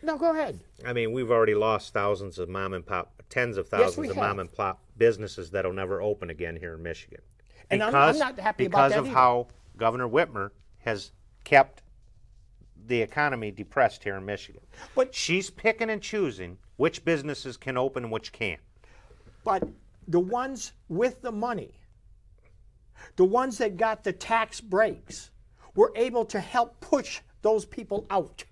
No, go ahead.
I mean, we've already lost thousands of mom and pop, tens of thousands
we
of
have.
mom and pop businesses that'll never open again here in Michigan.
And I'm-
because,
I'm, not happy about
because
that
of
either.
how Governor Whitmer has kept the economy depressed here in Michigan.
But-
she's picking and choosing which businesses can open and which can't.
but the ones with the money the ones that got the tax breaks, were able to help push those people out.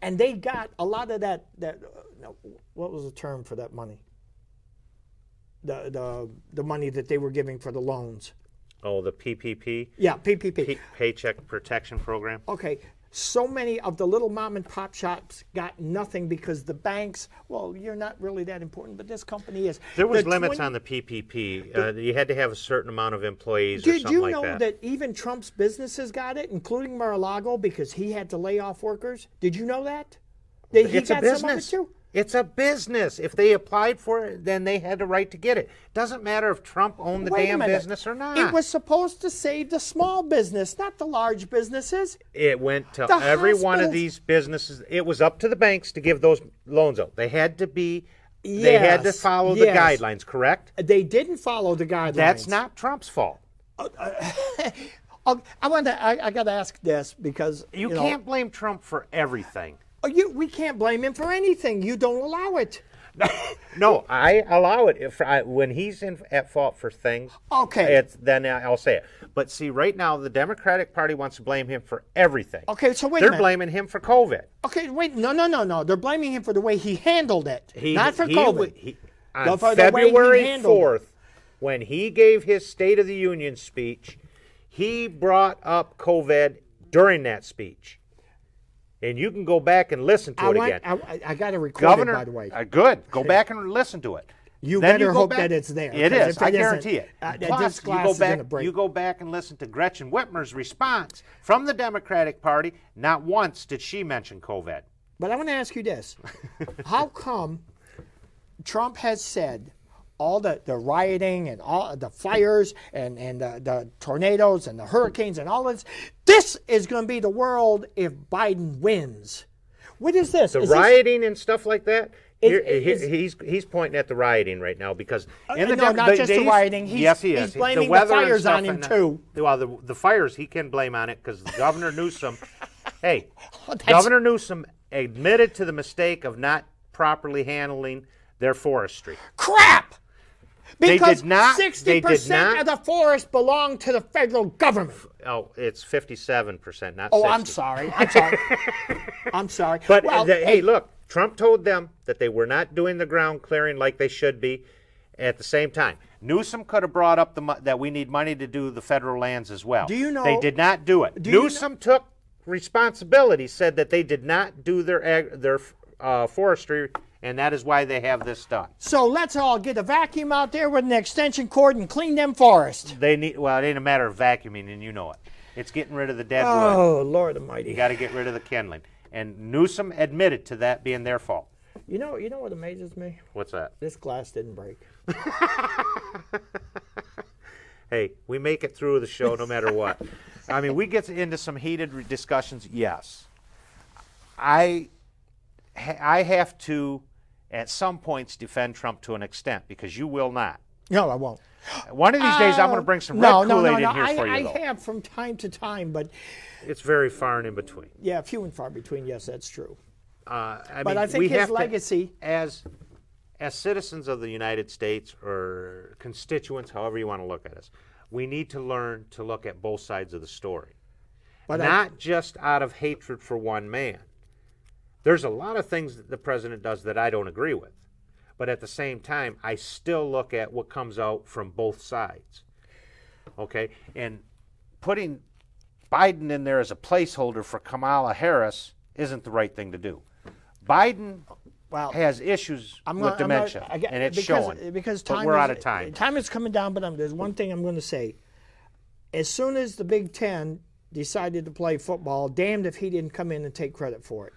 And they got a lot of that, that uh, no, what was the term for that money? The, the, the money that they were giving for the loans.
Oh, the PPP,
Yeah, PPP.
Pe- Paycheck Protection Program.
Okay, so many of the little mom and pop shops got nothing because the banks, well, you're not really that important, but this company is.
There was
The
limits
20
on the PPP. uh, you had to have a certain amount of employees or
Did
something
you
like
know
that.
that. even Trump's businesses got it, including Mar-a-Lago, because he had to lay off workers? Did you know that? That he
it's a
got some of it
business.
too?
It's a business. If they applied for it, then they had the right to get it. Doesn't matter if Trump owned the
Wait a
damn
minute.
business or not.
It was supposed to save the small business, not the large businesses.
It went to
The
every one
hospitals-
of these businesses. It was up to the banks to give those loans out. They had to be. They had to
Yes,
follow
yes.
the guidelines. Correct.
They didn't follow the guidelines.
That's not Trump's fault.
Oh, I want to. I, I got to ask this because
You,
know,
can't blame Trump for everything.
Oh, you, we can't blame him for anything. You don't allow it.
No, I allow it if I, when he's in, at fault for things.
Okay.
it's, then I'll say it. But see, right now the Democratic Party wants to blame him for everything.
Okay, so wait a
They're
minute.
blaming him for COVID.
Okay, wait. No, no, no, no. They're blaming him for the way he handled it,
He-
not for
he
COVID.
w- he- on
No, for the way he
February
handled it.
fourth, when he gave his State of the Union speech, he brought up COVID during that speech, and you can go back and listen to
I
it
want.
again.
I, I- I got to record
Governor,
it, by the way.
uh, good. Go back and listen to it.
You
Then
better
go
hope
back-
that it's there,
It
'cause
is.
if it
I
isn't,
guarantee it.
uh, this
Plus,
glass
you go
is gonna
back.
break.
You go back and listen to Gretchen Whitmer's response from the Democratic Party. Not once did she mention COVID.
But I want to ask you this: How come Trump has said all the, the rioting and all the fires and and the, the tornadoes and the hurricanes and all this? This is going to be the world if Biden wins. What is this?
the
Is this-
rioting and stuff like that.
Is-
Here-
is- Uh,
he- he's he's pointing at the rioting right now because
In the
no,
Dem-
not
they-
just
they
the
used-
rioting. He's-
yes, he
he's
is.
blaming the
weather and
fires
stuff
on him,
and
too.
the- well, the, the fires he can blame on it because Governor Newsom, hey,
Oh, that's-
Governor Newsom admitted to the mistake of not properly handling their forestry.
crap.
did
Because
not- they did
sixty percent
not-
of the forest belong to the federal government.
Oh, it's fifty-seven percent, not.
Oh, I'm
60.
sorry. I'm sorry. I'm sorry.
But uh,
well,
the- hey, look, Trump told them that they were not doing the ground clearing like they should be. At the same time,
Newsom could have brought up the mo- that we need money to do the federal lands as well.
Do you know-
they did not do it?
you kn-
Newsom took responsibility, said that they did not do their ag- their uh, forestry, and that is why they have this done.
So let's all get a vacuum out there with an extension cord and clean them forests.
They need. Well, it ain't a matter of vacuuming, and you know it. It's getting rid of the dead wood.
Oh, Lord
You
Almighty!
got to get rid of the kindling. And Newsom admitted to that being their fault.
You know, you know what amazes me?
What's that?
This glass didn't break.
Hey, we make it through the show no matter what.
I mean, we get into some heated re- discussions. Yes, I, ha- I have to, at some points, defend Trump to an extent because you will not.
No, I won't.
One of these days,
Uh,
I'm going to bring some red
Oh. no, no,
Kool-Aid
no, no.
in here
I,
for you.
I
though.
have from time to time, but
It's very far and in between.
yeah, few and far between. Yes, that's true.
Uh, I
But
mean,
I think
we
his
have to-
legacy-
as as citizens of the United States or constituents, however you want to look at us, we need to learn to look at both sides of the story,
But I-
not just out of hatred for one man. There's a lot of things that the president does that I don't agree with, but at the same time, I still look at what comes out from both sides. Okay,
and putting Biden in there as a placeholder for Kamala Harris isn't the right thing to do. Biden
Well,
has issues
I'm
with
gonna- I'm gonna-
dementia,
I get-
and it's
because,
showing.
Because time
but we're
is, uh,
out of time.
Time is coming down, but I'm, there's one thing I'm going to say. As soon as the Big Ten decided to play football, damned if he didn't come in and take credit for it.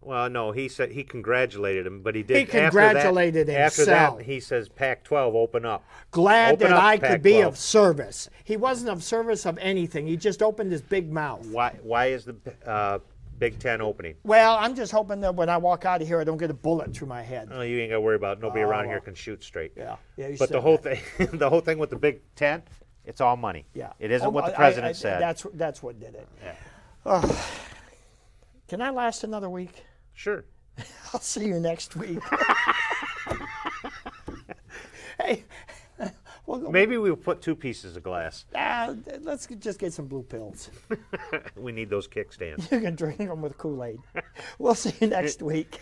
Well, no, he said he congratulated him, but he did.
He congratulated
after that, After
himself.
that, he says, "Pac-12, open up."
glad
Open
that
up,
I could be
Pac-12.
of service. He wasn't of service of anything. He just opened his big mouth.
Why? Why is the uh, Big Ten opening?
Well, I'm just hoping that when I walk out of here, I don't get a bullet through my
Uh,
head.
Oh, you ain't got to worry about. it. Nobody around here can shoot straight.
Oh. Yeah, yeah. You
But
said
the whole
that.
thing, the whole thing with the Big Ten,
It's all money.
yeah,
It isn't
Oh,
what the
I- I-
president
I-
said.
That's that's what did it. Ugh. Can I last another week?
sure.
I'll see you next week. hey, Well,
Maybe we'll put two pieces of glass.
ah, let's just get some blue pills.
We need those kickstands.
You can drink them with Kool Aid. We'll see you next week.